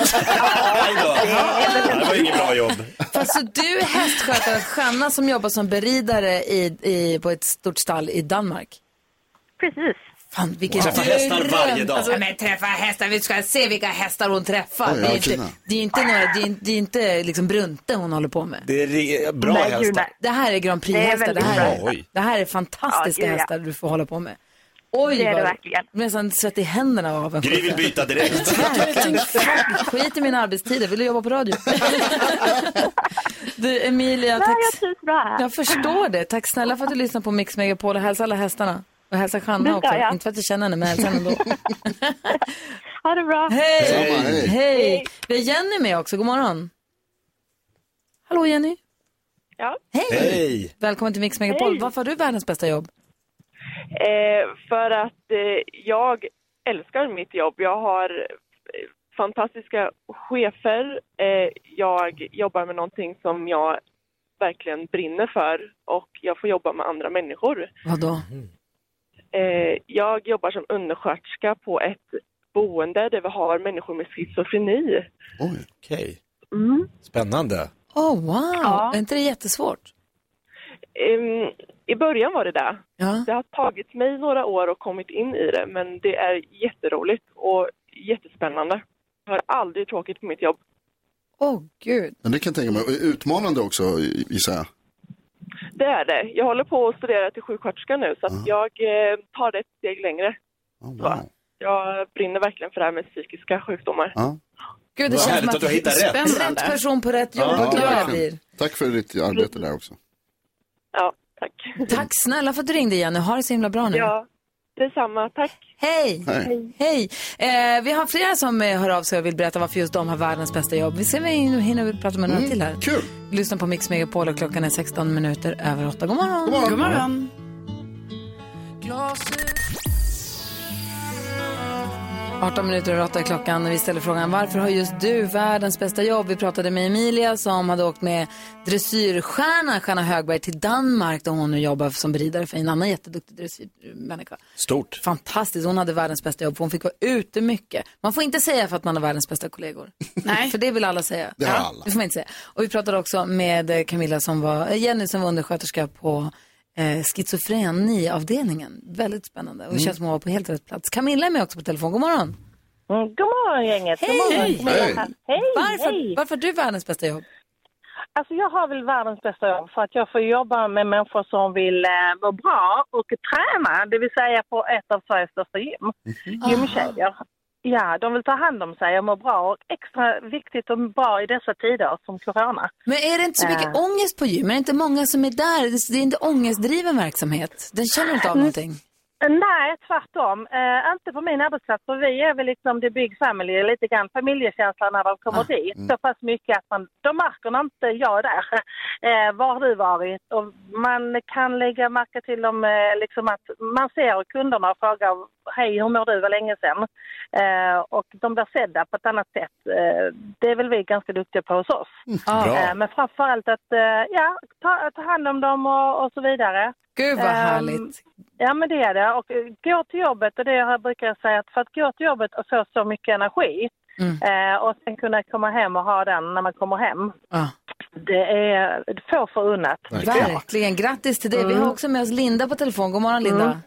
Speaker 3: då. Ja, Det var inget bra jobb.
Speaker 1: Fast så du är hästskötare, Shanna som jobbar som beridare i, i, på ett stort stall i Danmark.
Speaker 11: Precis.
Speaker 1: Fan, vilken
Speaker 3: Träffar hästar varje dag.
Speaker 1: Alltså, men träffa hästar, vi ska se vilka hästar hon träffar.
Speaker 4: Oj,
Speaker 1: det, är
Speaker 4: ja,
Speaker 1: inte,
Speaker 4: fina.
Speaker 1: det är inte, några, det är, inte- det är inte liksom Brunte hon håller på med.
Speaker 3: Det är re- bra
Speaker 11: Nej, gud,
Speaker 3: hästar.
Speaker 11: nej.
Speaker 1: Det här är Grand
Speaker 11: Det är
Speaker 1: Prix-hästar. Det,
Speaker 11: väldigt
Speaker 1: här
Speaker 3: bra.
Speaker 1: är-
Speaker 3: Oj.
Speaker 1: det här är fantastiska
Speaker 11: Ja, gud, ja.
Speaker 1: hästar du får hålla på med. Oj,
Speaker 11: Det är det
Speaker 1: vad-
Speaker 11: verkligen.
Speaker 1: jag blir nästan svett i händerna av en
Speaker 3: Gry vill byta direkt.
Speaker 1: Verkligen. Fuck, Skit i mina arbetstider, vill du jobba på radio? du, Emilia,
Speaker 11: Nej,
Speaker 1: tack.
Speaker 11: jag trivs bra här.
Speaker 1: Jag förstår det. Tack snälla för att du lyssnar på Mix Megapol och hälsa alla hästarna. Och hälsa
Speaker 11: Det
Speaker 1: Shanna
Speaker 11: ska
Speaker 1: också.
Speaker 11: jag.
Speaker 1: Inte för att jag känner henne, men hälsa henne ändå.
Speaker 11: Ha det bra.
Speaker 1: Hej!
Speaker 4: Samma, hej.
Speaker 1: Hej! Vi har Jenny med också. God morgon. Hallå Jenny.
Speaker 12: Ja.
Speaker 1: Hej!
Speaker 3: Hej!
Speaker 1: Välkommen till Mix Megapol. Varför har du världens bästa jobb?
Speaker 12: Eh, för att eh, jag älskar mitt jobb. Jag har eh, fantastiska chefer. Eh, jag jobbar med någonting som jag verkligen brinner för och jag får jobba med andra människor.
Speaker 1: Vadå?
Speaker 12: Eh, jag jobbar som undersköterska på ett boende där vi har människor med schizofreni.
Speaker 4: Oj.
Speaker 3: Okej.
Speaker 1: Mm.
Speaker 3: Spännande.
Speaker 1: Åh, oh, wow! Är inte det jättesvårt?
Speaker 12: Ehm, I början var det det.
Speaker 1: Ja.
Speaker 12: Det har tagit mig några år och kommit in i det, men det är jätteroligt och jättespännande. Jag har aldrig tråkigt på mitt jobb.
Speaker 1: Åh, oh, gud.
Speaker 4: Men det kan jag tänka mig. Utmanande också gissar jag.
Speaker 12: Det är det. Jag håller på att studera till sjuksköterska nu, så att jag eh, tar det ett steg längre.
Speaker 4: Oh,
Speaker 12: Va?
Speaker 4: wow.
Speaker 12: Jag brinner verkligen för det här med psykiska sjukdomar.
Speaker 4: ja.
Speaker 1: Gud, det
Speaker 3: Vad
Speaker 1: känns
Speaker 3: härligt
Speaker 1: som
Speaker 3: att du hittar rätt.
Speaker 1: rätt. rätt person på rätt jobb.
Speaker 3: Ja,
Speaker 1: Vad glad jag
Speaker 4: verkligen.
Speaker 1: blir.
Speaker 4: Tack för ditt arbete där också.
Speaker 12: Ja, tack.
Speaker 1: Tack snälla för att du ringde Jenny. Ha det så himla bra nu.
Speaker 12: Ja, detsamma. Tack.
Speaker 1: Hej!
Speaker 4: Hej.
Speaker 1: Hej! Eh, vi har flera som eh, hör av sig och vill berätta varför just de har världens bästa jobb. Vi ser om vi hinner vi prata med några till här.
Speaker 4: Kul!
Speaker 1: Lyssna på Mix Megapol och klockan är 16 minuter över 8. God morgon!
Speaker 2: God morgon.
Speaker 1: Glasögon. 18 minuter över 8 är klockan och vi ställer frågan varför har just du världens bästa jobb? Vi pratade med Emilia som hade åkt med dressyrstjärnan Stjärna Högberg till Danmark där hon nu jobbar som beridare för en annan jätteduktig dressyrmänniska.
Speaker 3: Stort.
Speaker 1: Fantastiskt, hon hade världens bästa jobb för hon fick vara ute mycket. Man får inte säga för att man har världens bästa kollegor. Nej. För det vill alla säga.
Speaker 13: Det har alla.
Speaker 1: Det får man inte säga. Och vi pratade också med eh, Camilla som var, eh, Jenny som var undersköterska på eh, schizofreniavdelningen. Väldigt spännande. Och det
Speaker 14: Mm.
Speaker 1: känns som hon var på helt rätt plats. Camilla är med också på telefon. God morgon.
Speaker 14: Mm, God morgon gänget!
Speaker 1: Hej!
Speaker 14: God morgon,
Speaker 1: Hej!
Speaker 14: Camilla här. Hej!
Speaker 1: Varför,
Speaker 14: hej.
Speaker 1: varför har du världens bästa jobb?
Speaker 14: Alltså jag har väl världens bästa jobb för att jag får jobba med människor som vill eh, må bra och träna, det vill säga på ett av Sveriges största gym.
Speaker 4: Mhm.
Speaker 14: Gymtjejer. Ja, de vill ta hand om sig och må bra och extra viktigt och bra i dessa tider som corona.
Speaker 1: Men är det inte så mycket
Speaker 14: Äh.
Speaker 1: ångest på gym? Är det inte många som är där? Det- Det är inte ångestdriven verksamhet. Den känner inte av
Speaker 14: Mm.
Speaker 1: någonting.
Speaker 14: Nej, tvärtom. Eh, inte på min arbetsplats, för vi är väl liksom the big family, lite grann familjekänsla när de kommer dit.
Speaker 13: mm.
Speaker 14: Så pass mycket att man, de märker när inte jag är där, eh, var har du varit? Och man kan lägga märke till dem, eh, liksom att man ser kunderna och frågar hej, hur mår du, var länge sedan? Eh, och de blir sedda på ett annat sätt. Eh, det är väl vi ganska duktiga på hos oss.
Speaker 1: Bra.
Speaker 14: Eh, men framförallt att eh, ja, ta, ta hand om dem och, och så vidare.
Speaker 1: Gud, vad
Speaker 14: Ehm,
Speaker 1: härligt.
Speaker 14: Ja, men det är det. Och eh, gå till jobbet, och det här brukar jag säga, att för att gå till jobbet och få så mycket energi
Speaker 1: Mm.
Speaker 14: eh, och sen kunna komma hem och ha den när man kommer hem.
Speaker 1: Ja.
Speaker 14: Det är få förunnat.
Speaker 1: Verkligen. Grattis till dig. Vi har
Speaker 14: Mm.
Speaker 1: också med oss Linda på telefon. God morgon,
Speaker 15: Mm.
Speaker 1: Linda.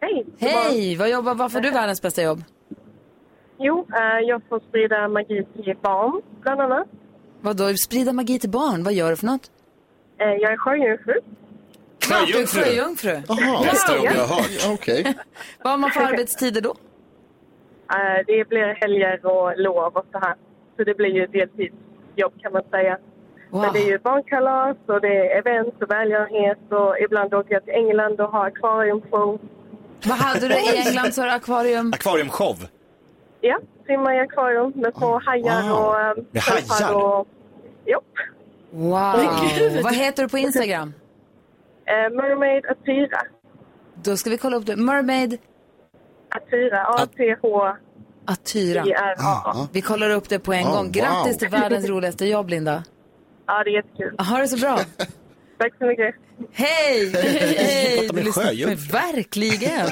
Speaker 15: Hej!
Speaker 1: Hej! Vad jobbar, varför har du världens bästa jobb?
Speaker 15: Jo, eh, jag får sprida magi till barn, bland annat.
Speaker 1: Vadå, sprida magi till barn? Vad gör du för något?
Speaker 15: Eh, jag är sjöjungfru.
Speaker 1: Sjöjungfru. Sjöjungfru.
Speaker 15: Jaha, bästa jobb jag har
Speaker 4: hört. Okej.
Speaker 1: Vad har man för arbetstider då?
Speaker 15: Eh, det blir helger och lov och så här. Så det blir ju ett deltidsjobb kan man säga. Men det är ju barnkalas och det är event och välgörenhet och ibland åker jag till England och har akvariumshow.
Speaker 1: Vad hade du i England? Så har du akvarium?
Speaker 3: Akvariumshow. Oh,
Speaker 15: Ja, simmar i akvarium med små hajar
Speaker 3: wow.
Speaker 15: och... eh,
Speaker 3: Med hajar?
Speaker 15: sköldpaddor Och, jo.
Speaker 1: Wow!
Speaker 15: Men gud.
Speaker 1: Vad heter du på Instagram?
Speaker 15: Eh, mermaid Atyra.
Speaker 1: Då ska vi kolla upp det. Mermaid
Speaker 15: Atyra, A-T-H.
Speaker 1: Atyra.
Speaker 15: Det är-
Speaker 1: Ah, Vi kollar upp det på en
Speaker 15: Ah,
Speaker 1: gång. Grattis
Speaker 15: wow.
Speaker 1: till världens roligaste jobb, Linda.
Speaker 15: Ja, det är jättekul.
Speaker 1: Ha det så bra.
Speaker 15: Tack så mycket.
Speaker 1: Hej!
Speaker 15: Hej!
Speaker 1: Prata med sjöjungfru. Verkligen.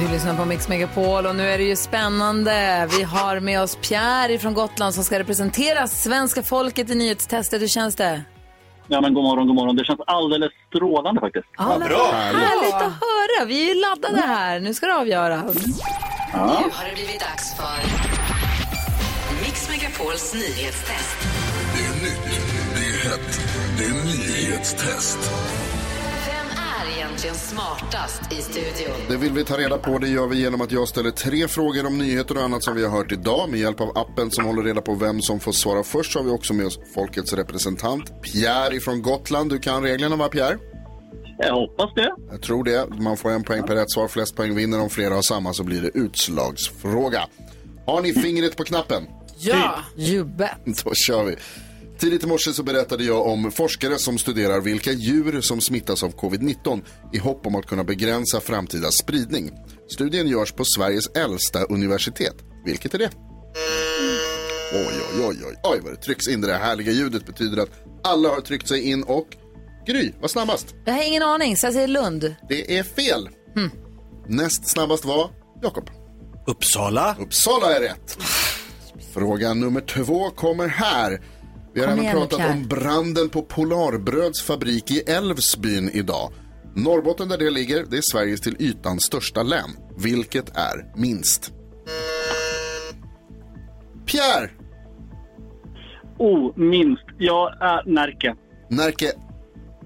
Speaker 1: Du lyssnar på Mix Megapol och nu är det ju spännande. Vi har med oss Pierre från Gotland som ska representera svenska folket i nyhetstestet. Hur känns det?
Speaker 16: Ja, men god morgon, god morgon. Det känns alldeles strålande faktiskt.
Speaker 1: Ja, men Härligt att höra. Vi är ju laddade här. Nu ska det avgöras.
Speaker 16: Ja.
Speaker 17: Nu har det blivit dags för Mix Megapols nyhetstest.
Speaker 18: Det är nytt, det är hett, det är nyhetstest.
Speaker 17: Vem är egentligen smartast i studion?
Speaker 4: Det vill vi ta reda på. Det gör vi genom att jag ställer tre frågor om nyheter och annat som vi har hört idag. Med hjälp av appen som håller reda på vem som får svara först så har vi också med oss folkets representant Pierre ifrån Gotland. Du kan reglerna va Pierre?
Speaker 16: Jag hoppas det.
Speaker 4: Jag tror det. Man får en poäng per rätt svar. Flest poäng vinner. Om flera har samma så blir det utslagsfråga. Har ni fingret på knappen?
Speaker 2: Ja.
Speaker 1: You bet.
Speaker 4: Då kör vi. Tidigt i morse så berättade jag om forskare som studerar vilka djur som smittas av covid-19 i hopp om att kunna begränsa framtida spridning. Studien görs på Sveriges äldsta universitet. Vilket är det? Oj, oj, oj, oj, oj vad det trycks in. Det där härliga ljudet betyder att alla har tryckt sig in och Gry var snabbast.
Speaker 1: Jag har ingen aning, så jag säger Lund.
Speaker 4: Det är fel. Näst snabbast var Jakob.
Speaker 3: Uppsala.
Speaker 4: Uppsala är rätt. Fråga nummer två kommer här. Vi har
Speaker 13: Kom
Speaker 4: även
Speaker 13: igen nu,
Speaker 4: pratat
Speaker 13: Pierre.
Speaker 4: om branden på Polarbröds fabrik i Älvsbyn idag. Norrbotten där det ligger, det är Sveriges till ytan största län. Vilket är minst? Pierre!
Speaker 16: Oh, minst. Jag är Närke.
Speaker 4: Närke,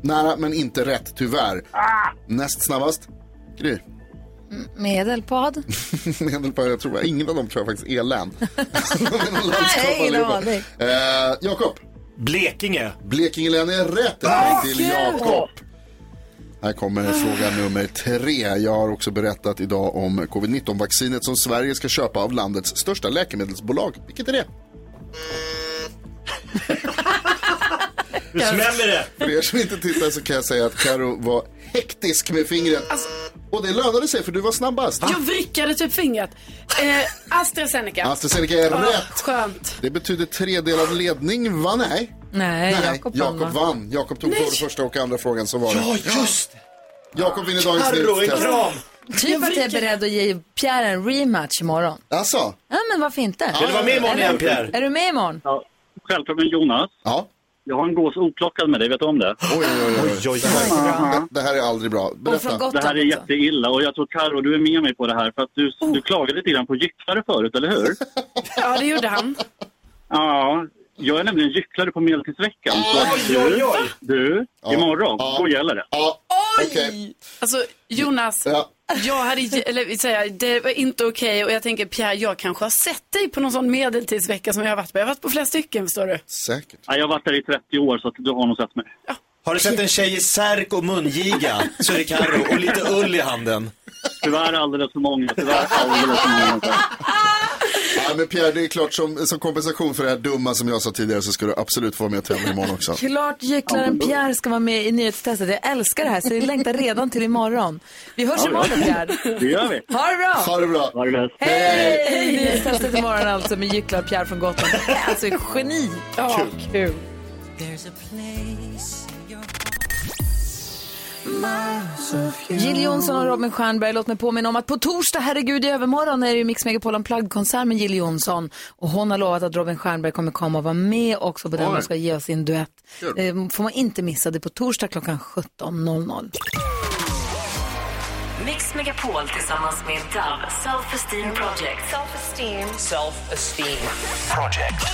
Speaker 4: nära men inte rätt tyvärr. Näst snabbast, Gry.
Speaker 1: M- Medelpad?
Speaker 4: Medelpad, jag tror, ingen av dem tror jag faktiskt är län.
Speaker 1: Nej, ingen aning.
Speaker 4: Eh, Jakob.
Speaker 3: Blekinge.
Speaker 4: Blekinge län är rätt. Det
Speaker 13: Ah,
Speaker 4: är till
Speaker 13: kul!
Speaker 4: Jakob. Här kommer fråga nummer tre. Jag har också berättat idag om covid-19-vaccinet som Sverige ska köpa av landets största läkemedelsbolag. Vilket är det?
Speaker 3: Hur smäller det?
Speaker 4: För er som inte tittar så kan jag säga att Karo var hektisk med fingret. Och det lönade sig för du var snabbast.
Speaker 2: Jag vrickade typ fingret. Eh, AstraZeneca.
Speaker 4: AstraZeneca är
Speaker 2: Ja,
Speaker 4: rätt.
Speaker 2: Skönt.
Speaker 4: Det betyder tredelad ledning, va? Nej.
Speaker 1: Nej, Jakob
Speaker 4: Jakob
Speaker 1: vann, va?
Speaker 4: vann. Jakob tog
Speaker 1: Nej.
Speaker 4: både första och andra frågan, så var det.
Speaker 1: Ja,
Speaker 4: just Jakob vinner dagens
Speaker 1: Carro, en
Speaker 4: nyhetstest.
Speaker 1: kram. Typ att jag är beredd att ge Pierre en rematch imorgon.
Speaker 4: Alltså?
Speaker 1: Ja, men varför inte?
Speaker 16: Vill du vara med imorgon
Speaker 1: Är
Speaker 16: igen, Pierre?
Speaker 1: Är du med imorgon?
Speaker 16: Ja, självklart med Jonas.
Speaker 4: Ja.
Speaker 16: Jag har en gås oplockad med dig, vet du om det?
Speaker 4: Oj, oj, oj. Det här- Det här är aldrig bra. Berätta.
Speaker 16: Det här är jätteilla och jag tror Karo, du är med mig på det här för att du,
Speaker 1: Oh.
Speaker 16: du klagade lite grann på gycklare förut, eller hur?
Speaker 2: Ja, det gjorde han.
Speaker 16: ja, jag är nämligen gycklare på Medeltidsveckan. så att
Speaker 2: Oj, oj,
Speaker 16: du,
Speaker 2: oj.
Speaker 16: du imorgon,
Speaker 2: Ja.
Speaker 16: då gäller det.
Speaker 2: Oj! Alltså Jonas, jag hade, ge- eller säga, det var inte okej och jag tänker Pierre, jag kanske har sett dig på någon sån medeltidsvecka som jag har varit på. Jag har varit på flera stycken förstår du.
Speaker 4: Säkert.
Speaker 16: Ja, jag har varit där i 30 år så att du har nog sett mig.
Speaker 3: Har du sett en tjej i särk och mungiga så är det Carro och lite ull i handen.
Speaker 16: Tyvärr alldeles för många, tyvärr alldeles för många.
Speaker 4: Ja, men Pierre, det är klart som, som kompensation för det här dumma som jag sa tidigare så ska du absolut få vara med och tävla imorgon också.
Speaker 1: Klart gycklaren Pierre ska vara med i nyhetstestet. Jag älskar det här, så jag längtar redan till imorgon. Vi hörs imorgon, Pierre.
Speaker 16: Det gör vi.
Speaker 1: Ha det bra!
Speaker 4: Ha det bra.
Speaker 16: Ha det bäst.
Speaker 1: Hej! Nyhetstestet imorgon alltså med gycklar Pierre från Gotland. Alltså, geni! Ja,
Speaker 6: Kul.
Speaker 1: kul. Jill Johnson och Robin Stjernberg, låt mig påminna om att på torsdag, herregud i övermorgon, är det ju Mix Megapol Unplugged-konsert med Jill Johnson. Och hon har lovat att Robin Stjernberg kommer komma och vara med också på den
Speaker 6: Oj.
Speaker 1: och ska ge oss sin duett.
Speaker 6: Kul.
Speaker 1: Eh, får man inte missa det på torsdag klockan 17.00.
Speaker 17: Mix Megapol tillsammans med Dove Self Esteem Project. Self Esteem. Self Esteem Project.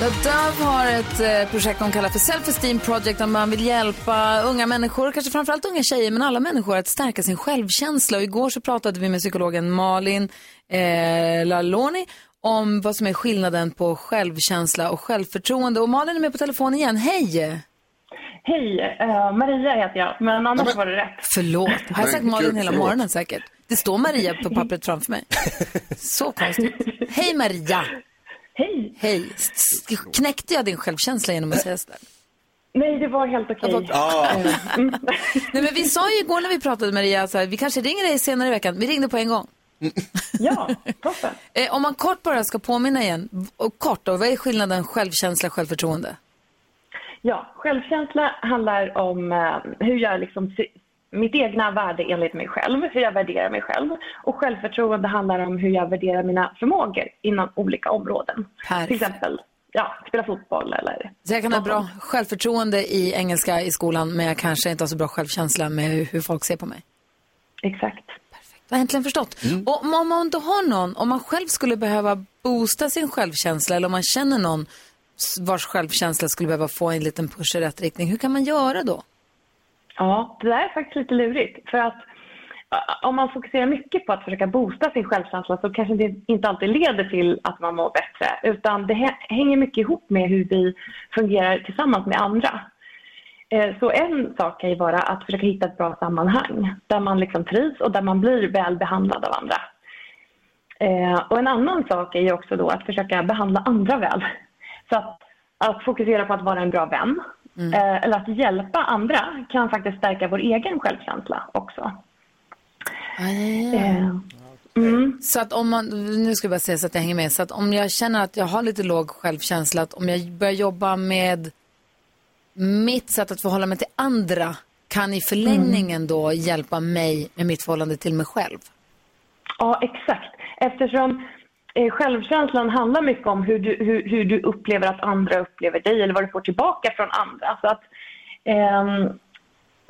Speaker 1: Ja, Dove har ett eh, projekt de kallar för Self-Esteem Project där man vill hjälpa unga människor, kanske framförallt unga tjejer, men alla människor att stärka sin självkänsla. Och igår så pratade vi med psykologen Malin eh, Laloni om vad som är skillnaden på självkänsla och självförtroende. Och Malin är med på telefon igen. Hej!
Speaker 13: Hej, eh, Maria heter jag, men annars var det rätt.
Speaker 1: Förlåt, har jag sagt
Speaker 13: Men
Speaker 1: Malin
Speaker 13: gud,
Speaker 1: hela
Speaker 13: förlåt.
Speaker 1: morgonen säkert? Det står Maria på pappret framför mig. Så konstigt. Hej Maria!
Speaker 13: Hej!
Speaker 1: Hej! S- s- Knäckte jag din självkänsla genom att säga sådär?
Speaker 13: Nej, det var helt okej. Ah. Mm.
Speaker 1: Ja. Nej, men vi sa ju igår när vi pratade med Maria, så här, vi kanske ringer dig senare i veckan. Vi ringde på en gång. Eh,
Speaker 13: ja, toppen.
Speaker 1: Om man kort bara ska påminna igen, och kort då, vad är skillnaden självkänsla och självförtroende?
Speaker 13: Ja, självkänsla handlar om eh, hur jag liksom ser mitt egna värde enligt mig själv, hur jag värderar mig själv. Och självförtroende handlar om hur jag värderar mina förmågor inom olika områden. Till exempel ja, spela fotboll eller...
Speaker 1: Så jag kan ha bra självförtroende i engelska i skolan, men jag kanske inte har så bra självkänsla med hur, hur folk ser på mig.
Speaker 13: Exakt.
Speaker 1: Perfekt, jag har äntligen förstått. Och om, om man då har någon, om man själv skulle behöva boosta sin självkänsla, eller om man känner någon s- vars självkänsla skulle behöva få en liten push i rätt riktning, hur kan man göra då?
Speaker 13: Ja, det där är faktiskt lite lurigt. För att ä, om man fokuserar mycket på att försöka boosta sin självkänsla så kanske det inte alltid leder till att man mår bättre. Utan det hä- hänger mycket ihop med hur vi fungerar tillsammans med andra. Eh, Så en sak kan ju vara att försöka hitta ett bra sammanhang där man liksom trivs och där man blir väl behandlad av andra. Eh, Och en annan sak är ju också då att försöka behandla andra väl. Så att, att fokusera på att vara en bra vän eh, eller att hjälpa andra kan faktiskt stärka vår egen självkänsla också. Eh,
Speaker 1: Ah. Mm. Så att om man, nu ska jag bara säga så att jag hänger med, så att om jag känner att jag har lite låg självkänsla, att om jag börjar jobba med mitt sätt att förhålla mig till andra, kan i förlängningen då hjälpa mig med mitt förhållande till mig själv?
Speaker 13: Ja, exakt. Eftersom eh, självkänslan handlar mycket om hur du, hur, hur du upplever att andra upplever dig eller vad du får tillbaka från andra. Så att, ehm,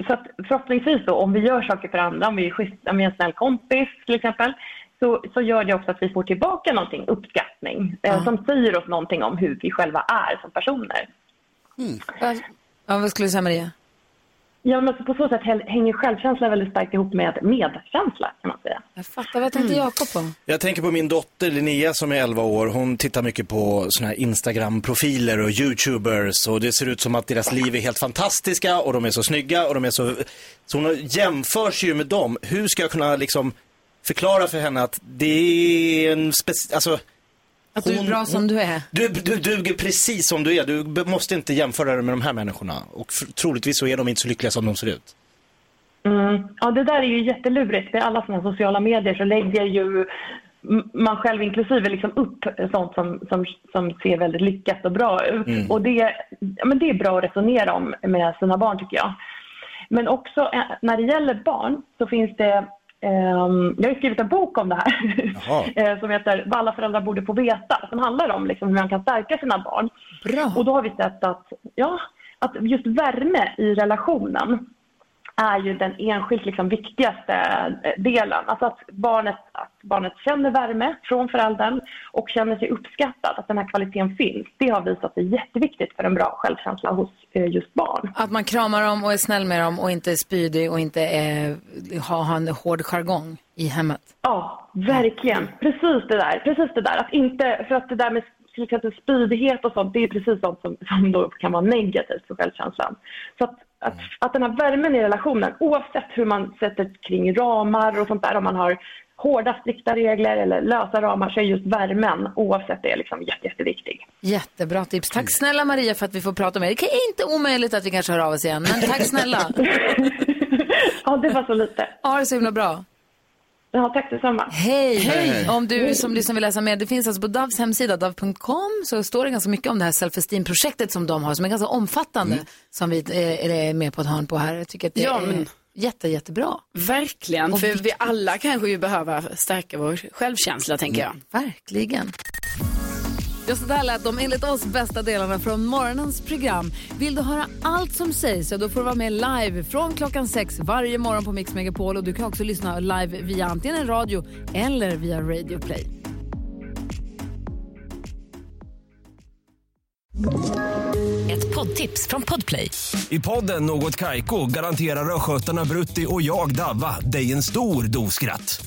Speaker 13: så att förhoppningsvis då, om vi gör saker för andra, om vi är, schysst, om vi är en snäll kompis till exempel, så, så gör det också att vi får tillbaka någonting, uppskattning, eh, som säger oss någonting om hur vi själva är som personer.
Speaker 1: Ja, vad skulle du säga Maria?
Speaker 13: Ja, men alltså på så sätt häl- hänger självkänsla väldigt starkt ihop med medkänsla kan man säga.
Speaker 1: Jag fattar, vad tänkte Jakob på?
Speaker 3: Jag tänker på min dotter Linnea som är 11 år. Hon tittar mycket på såna här Instagram-profiler och YouTubers och det ser ut som att deras liv är helt fantastiska och de är så snygga och de är så... Så hon jämförs ju med dem. Hur ska jag kunna liksom förklara för henne att det är en spec... Alltså,
Speaker 1: Att du är bra som du är.
Speaker 3: Du, du duger precis som du är. Du be- måste inte jämföra dig med de här människorna. Och f- troligtvis så är de inte så lyckliga som de ser ut.
Speaker 13: Mm. Ja, det där är ju jättelurigt. Med alla sådana sociala medier så lägger ju m- man själv inklusive liksom upp sånt som, som, som ser väldigt lyckat och bra ut.
Speaker 19: Mm.
Speaker 13: Och det, ja, men det är bra att resonera om med sina barn tycker jag. Men också eh, när det gäller barn så finns det ehm, jag har ju skrivit en bok om det här eh, som heter Vad alla föräldrar borde få veta. Som handlar om liksom, hur man kan stärka sina barn. Och då har vi sett att, ja, att just värme i relationen är ju den enskilt liksom viktigaste eh, delen. Alltså att barnet, att barnet känner värme från föräldern och känner sig uppskattad, att den här kvaliteten finns. Det har visat sig jätteviktigt för en bra självkänsla hos eh, just barn.
Speaker 1: Att man kramar dem och är snäll med dem och inte är spydig och inte är, har, har en hård jargong i hemmet.
Speaker 13: Ja, verkligen. Precis det där. Precis det där. Att inte, för att det där med till exempel spydighet och sånt, det är precis sånt som, som då kan vara negativt för självkänslan. Så att, att, att den här värmen i relationen, oavsett hur man sätter kring ramar och sånt där, om man har hårda strikta regler eller lösa ramar, så är just värmen, oavsett det, liksom jätte, jätteviktig.
Speaker 1: Jättebra tips. Tack snälla Maria för att vi får prata med dig. Det är inte omöjligt att vi kanske hör av oss igen, men tack snälla.
Speaker 13: ja, det var så lite.
Speaker 1: Ja, det är så himla bra.
Speaker 13: Ja, tack detsamma.
Speaker 1: Hej!
Speaker 13: Hej. Hej.
Speaker 1: Om du som lyssnar vill läsa mer, det finns alltså på Davs hemsida, dav.com, så står det ganska mycket om det här self-esteem-projektet som de har, som är ganska omfattande, som vi eh, är med på ett hörn på här. Jag tycker att det
Speaker 2: Ja,
Speaker 1: är
Speaker 2: men-
Speaker 1: jätte, jättebra.
Speaker 2: Verkligen, för vi alla kanske ju behöver stärka vår självkänsla, tänker jag.
Speaker 1: Verkligen. Ja, så där lät de enligt oss bästa delarna från morgonens program. Vill du höra allt som sägs så då får du vara med live från klockan sex varje morgon på Mix Megapol. Och du kan också lyssna live via antingen radio eller via Radio Play.
Speaker 17: Ett poddtips från Podplay.
Speaker 20: I podden Något Kaiko garanterar östgötarna Brutti och jag, Davva, dig en stor dos skratt.